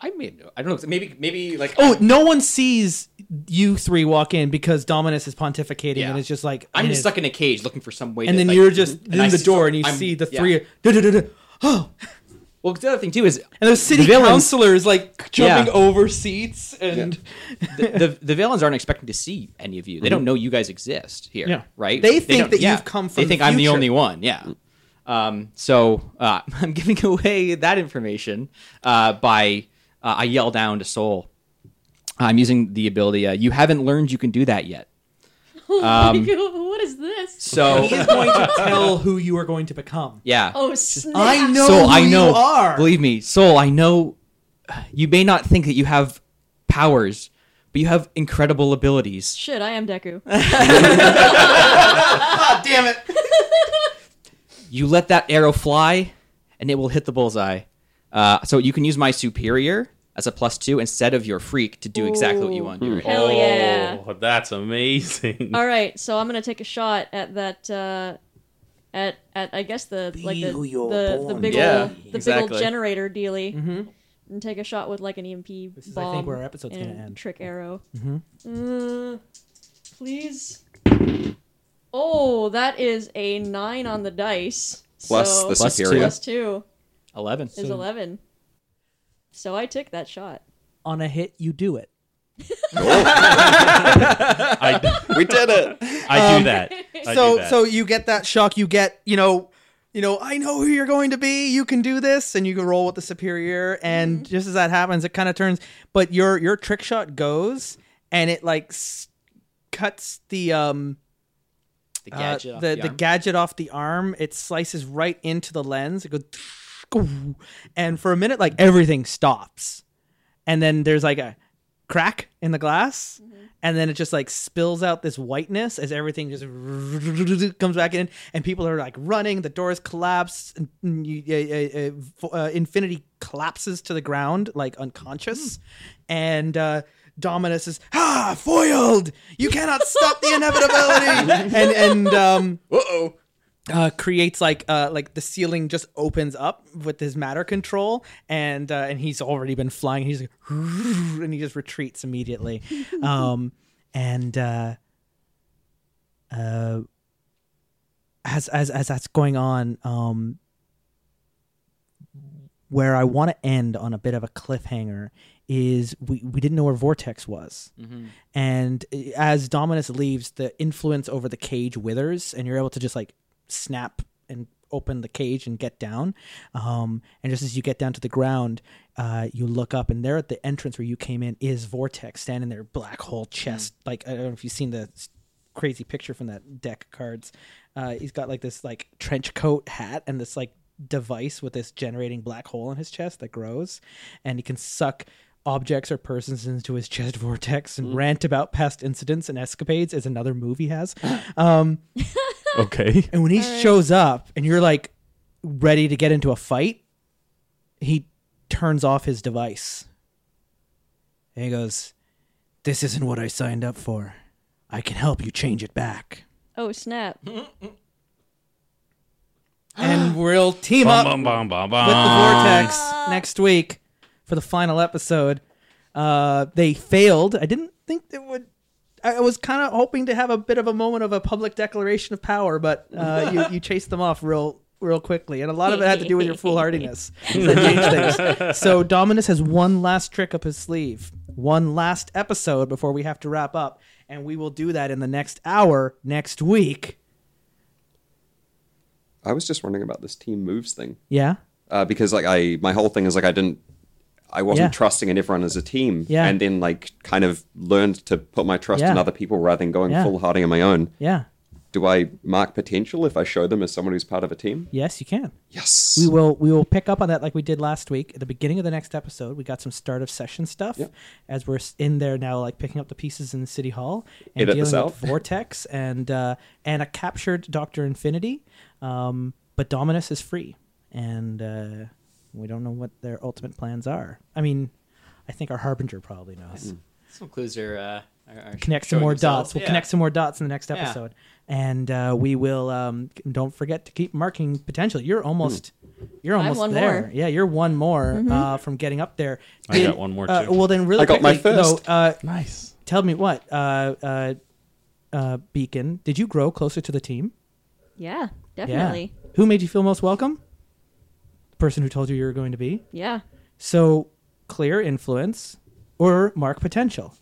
Speaker 5: I mean, I don't know. Maybe maybe like
Speaker 1: Oh, no one sees you three walk in because Dominus is pontificating
Speaker 5: Yeah.
Speaker 1: and it's just like
Speaker 5: I'm
Speaker 1: in
Speaker 5: just
Speaker 1: his-
Speaker 5: stuck in a cage looking for some way.
Speaker 1: And
Speaker 5: to,
Speaker 1: then
Speaker 5: like- Mhm.
Speaker 1: you're just
Speaker 5: and
Speaker 1: in
Speaker 5: I
Speaker 1: the
Speaker 5: see-
Speaker 1: door and you
Speaker 5: I'm-
Speaker 1: see the
Speaker 5: yeah.
Speaker 1: three. "Duh-duh-duh-duh." Oh,
Speaker 5: Well, the other thing too is
Speaker 1: And the city
Speaker 5: villains-
Speaker 1: councilor is like jumping
Speaker 5: Yeah.
Speaker 1: over seats and
Speaker 5: the, the the villains aren't expecting to see any of you. They don't know you guys exist here,
Speaker 1: Mm-hmm. Yeah.
Speaker 5: right?
Speaker 1: They think
Speaker 5: don't-
Speaker 1: that you've come from
Speaker 5: They think
Speaker 1: the
Speaker 5: I'm the
Speaker 1: future.
Speaker 5: only one. Yeah. Um, so uh, I'm giving away that information uh, by uh, I yell down to Soul. I'm using the ability. Uh, you haven't learned you can do that yet.
Speaker 4: Um,
Speaker 2: what is this?
Speaker 5: So
Speaker 1: he is going to tell who you are going to become.
Speaker 5: yeah.
Speaker 2: Oh snap!
Speaker 1: I know
Speaker 5: Soul,
Speaker 1: who
Speaker 5: I know.
Speaker 1: you are.
Speaker 5: Believe me, Soul, I know. You may not think that you have powers, but you have incredible abilities.
Speaker 2: Shit, I am Deku.
Speaker 1: damn it.
Speaker 5: you let that arrow fly and it will hit the bullseye uh, so you can use my superior as a plus two instead of your freak to do exactly what you want to do right?
Speaker 2: Hell yeah!
Speaker 4: Oh, that's amazing.
Speaker 2: All right, so I'm gonna take a shot at that. Uh, at at I guess the like the the, the big
Speaker 5: Yeah,
Speaker 2: old the big
Speaker 5: exactly.
Speaker 2: old generator dealy, and take a shot with like an EMP
Speaker 1: Mm-hmm. This is, I
Speaker 2: bomb.
Speaker 1: think, where our episode's gonna
Speaker 2: and
Speaker 1: end.
Speaker 2: Trick arrow. Uh, Please. Oh, that is a nine on the dice.
Speaker 6: Plus
Speaker 2: so
Speaker 6: the
Speaker 5: Plus
Speaker 6: superior.
Speaker 2: plus two
Speaker 5: Eleven.
Speaker 2: is eleven. So I took that shot.
Speaker 1: On a hit, you do it.
Speaker 4: I,
Speaker 6: we did it.
Speaker 4: I do that. I
Speaker 1: so
Speaker 4: do that.
Speaker 1: so you get that shock. You get you know you know I know who you're going to be. You can do this, and you can roll with the superior. And just as that happens, it kind of turns. But your your trick shot goes, and it like s- cuts the um
Speaker 5: The
Speaker 1: uh,
Speaker 5: gadget. off
Speaker 1: the,
Speaker 5: the
Speaker 1: the
Speaker 5: arm.
Speaker 1: gadget off the arm. It slices right into the lens. It goes, goo, and for a minute, like everything stops, and then there's like a crack in the glass, and then it just like spills out this whiteness as everything just comes back in, and people are like running. The doors collapse, and you- uh, uh, uh, uh, infinity collapses to the ground, like unconscious, and. uh Dominus is ah foiled. You cannot stop the inevitability. and and um,
Speaker 6: Uh-oh.
Speaker 1: uh, creates like uh, like the ceiling just opens up with his matter control, and uh, and he's already been flying. He's like and he just retreats immediately. um, and uh, uh, as as as that's going on, um, where I want to end on a bit of a cliffhanger is we, we didn't know where Vortex was. And uh, as Dominus leaves, the influence over the cage withers, and you're able to just like snap and open the cage and get down. Um, and just as you get down to the ground, uh, you look up, and there at the entrance where you came in is Vortex standing there, black hole chest. Like, I don't know if you've seen the s- crazy picture from that deck of cards. Uh, he's got like this like trench coat hat and this like device with this generating black hole in his chest that grows, and he can suck objects or persons into his chest vortex and rant about past incidents and escapades as another movie has. Um,
Speaker 4: okay.
Speaker 1: and when he shows up and you're like ready to get into a fight, he turns off his device. And he goes, This isn't what I signed up for. I can help you change it back.
Speaker 2: Oh snap!
Speaker 1: And we'll team up
Speaker 4: Bum, bum, bum, bum,
Speaker 1: with
Speaker 4: bum.
Speaker 1: the Vortex next week for the final episode. Uh, they failed. I didn't think it would. I I was kind of hoping to have a bit of a moment of a public declaration of power, but uh, you, you chased them off real real quickly, and a lot of it had to do with your foolhardiness. That changed things. So Dominus has one last trick up his sleeve, one last episode before we have to wrap up, and we will do that in the next hour next week.
Speaker 6: I was just wondering about this team moves thing.
Speaker 1: Yeah,
Speaker 6: uh, because like I my whole thing is like I didn't I wasn't
Speaker 1: Yeah.
Speaker 6: trusting in everyone as a team,
Speaker 1: Yeah.
Speaker 6: and then like kind of learned to put my trust in
Speaker 1: Yeah.
Speaker 6: other people rather than going
Speaker 1: Yeah.
Speaker 6: full hearting on my own.
Speaker 1: yeah,
Speaker 6: Do I mark potential if I show them as someone who's part of a team?
Speaker 1: yes, you can.
Speaker 6: Yes.
Speaker 1: we will we will pick up on that like we did last week at the beginning of the next episode we got some start of session stuff
Speaker 6: Yep.
Speaker 1: as we're s- in there now like picking up the pieces in the city hall and
Speaker 6: Edit this
Speaker 1: dealing with
Speaker 6: out.
Speaker 1: vortex and uh, and a captured dr infinity um, but dominus is free and uh, we don't know what their ultimate plans are i mean i think our harbinger probably
Speaker 6: Mm-hmm.
Speaker 1: knows
Speaker 5: Some clues are. Uh, are, are
Speaker 1: connect some
Speaker 5: showing
Speaker 1: more
Speaker 5: themselves.
Speaker 1: dots. We'll
Speaker 5: Yeah.
Speaker 1: connect some more dots in the next
Speaker 5: Yeah.
Speaker 1: episode, and uh, we will. Um, c- don't forget to keep marking potential. You're almost,
Speaker 4: Hmm.
Speaker 1: you're
Speaker 2: I have
Speaker 1: almost
Speaker 2: one
Speaker 1: there.
Speaker 2: more. Mm-hmm.
Speaker 1: Yeah, you're one more uh, from getting up there.
Speaker 4: I got one more,
Speaker 1: uh,
Speaker 4: too.
Speaker 1: well, then really
Speaker 6: I got my
Speaker 1: quickly,
Speaker 6: first.
Speaker 1: Though, uh,
Speaker 4: Nice.
Speaker 1: tell me what, uh, uh, uh, Beacon? Did you grow closer to the team?
Speaker 2: Yeah, definitely.
Speaker 1: Yeah. Who made you feel most welcome? The person who told you you were going to be.
Speaker 2: Yeah.
Speaker 1: So clear influence or mark potential.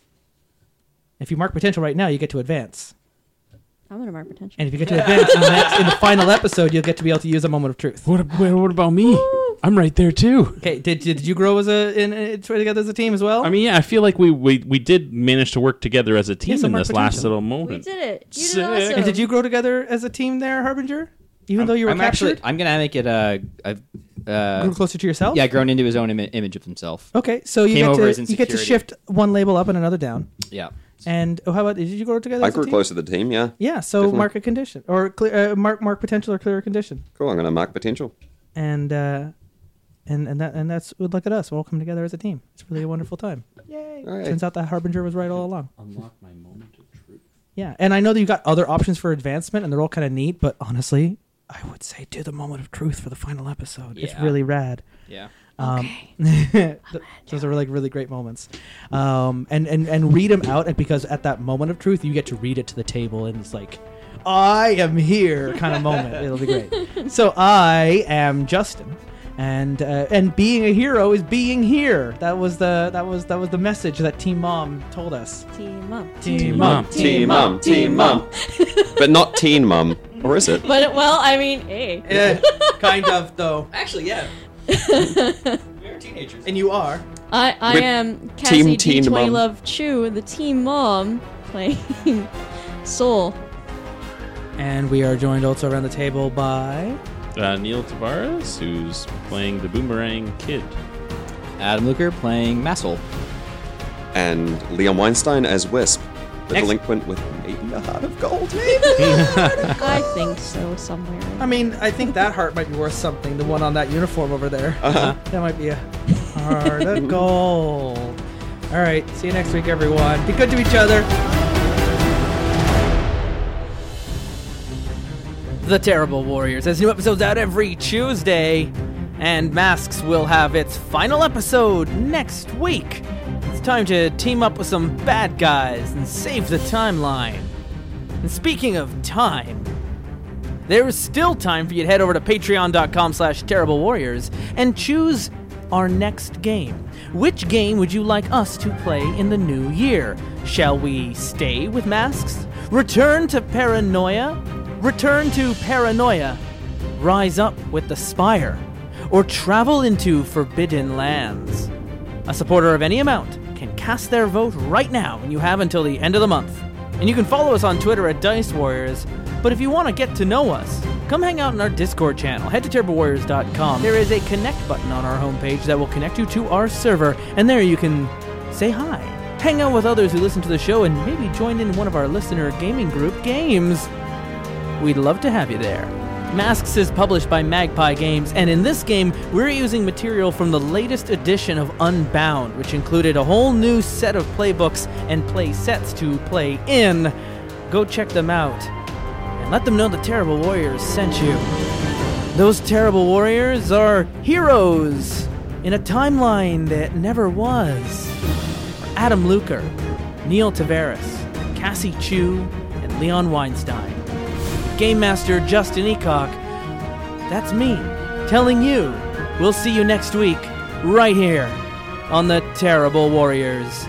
Speaker 1: If you mark potential right now, you get to advance.
Speaker 2: I'm gonna mark potential.
Speaker 1: And if you get to advance in the, next, in the final episode, you'll get to be able to use a moment of truth.
Speaker 7: What, what, what about me? I'm right there too.
Speaker 1: Okay, did, did you grow as a in, in, together as a team as well?
Speaker 4: I mean, yeah, I feel like we, we, we did manage to work together as a team
Speaker 1: Yes,
Speaker 4: in
Speaker 1: I'm our
Speaker 4: this last
Speaker 1: potential.
Speaker 4: little
Speaker 2: we
Speaker 4: moment.
Speaker 2: did it. You
Speaker 4: Sick.
Speaker 2: did awesome.
Speaker 1: and did you grow together as a team there, Harbinger? Even though you were
Speaker 5: I'm
Speaker 1: captured,
Speaker 5: actually. I'm gonna make it a. a uh,
Speaker 1: grew closer to yourself.
Speaker 5: yeah, grown into his own Im- image of himself.
Speaker 1: Okay, so you
Speaker 5: Came
Speaker 1: get
Speaker 5: over
Speaker 1: to
Speaker 5: as
Speaker 1: you get to
Speaker 5: insecurity.
Speaker 1: shift one label up and another down.
Speaker 5: Yeah.
Speaker 1: And oh, how about did you grow together?
Speaker 6: I
Speaker 1: as a
Speaker 6: grew
Speaker 1: team?
Speaker 6: close to the team, yeah.
Speaker 1: Yeah, so mark a condition or clear, uh, mark mark potential or clear a condition,
Speaker 6: Cool, I'm gonna mark potential.
Speaker 1: and uh, and and that and that's look at us. We're all coming together as a team. It's really a wonderful time.
Speaker 6: All right.
Speaker 1: Turns out that Harbinger was right all along.
Speaker 4: Unlock my moment of truth.
Speaker 1: Yeah, and I know that you got other options for advancement, and they're all kind of neat. But honestly, I would say do the moment of truth for the final episode. It's
Speaker 5: Yeah.
Speaker 1: really rad.
Speaker 5: Yeah.
Speaker 1: Um, th- those are like really great moments, um, and and and read them out and because at that moment of truth you get to read it to the table and it's like, I am here kind of moment. It'll be great. So I am Justin, and uh, and being a hero is being here. That was the that was that was the message that Team Mom told us.
Speaker 2: Team up.
Speaker 1: Team
Speaker 7: Mom.
Speaker 6: Team mum, team mum. But not teen mum, or is it?
Speaker 2: But well, I mean, hey.
Speaker 1: Yeah, kind of though,
Speaker 3: Actually, yeah. we are teenagers.
Speaker 1: and you are.
Speaker 2: I, I
Speaker 6: With
Speaker 2: am
Speaker 6: Team
Speaker 2: Cassie
Speaker 6: Teen
Speaker 2: D20
Speaker 6: Mom.
Speaker 2: Love Chu, the team mom, playing Soul.
Speaker 1: And we are joined also around the table by
Speaker 4: Uh, Neil Tavares, who's playing the Boomerang Kid.
Speaker 5: Adam Luker playing Massel.
Speaker 6: And Leon Weinstein as Wisp, the
Speaker 1: Ex-
Speaker 6: delinquent with maybe a heart of gold.
Speaker 2: I think so, somewhere. in-
Speaker 1: I mean, I think that heart might be worth something. The one on that uniform over there. That might be a heart of gold. All right. See you next week, everyone. Be good to each other. The Terrible Warriors has new episodes out every Tuesday, and Masks will have its final episode next week. It's time to team up with some bad guys and save the timeline. And speaking of time, there is still time for you to head over to patreon.com slash terrible warriors and choose our next game which game would you like us to play in the new year shall we stay with masks return to paranoia return to paranoia rise up with the spire or travel into forbidden lands a supporter of any amount can cast their vote right now, and you have until the end of the month. And you can follow us on Twitter at Dice Warriors. But if you want to get to know us, come hang out in our Discord channel. Head to TerribleWarriors.com. There is a connect button on our homepage that will connect you to our server, and there you can say hi, hang out with others who listen to the show, and maybe join in one of our listener gaming group games. We'd love to have you there. Masks is published by Magpie Games, and in this game, we're using material from the latest edition of Unbound, which included a whole new set of playbooks and play sets to play in. Go check them out and let them know the Terrible Warriors sent you. Those Terrible Warriors are heroes in a timeline that never was. Adam Luker, Neil Tavares, Cassie Chu, and Leon Weinstein. Game Master Justin Eacock. That's me telling you. We'll see you next week, right here on the Terrible Warriors.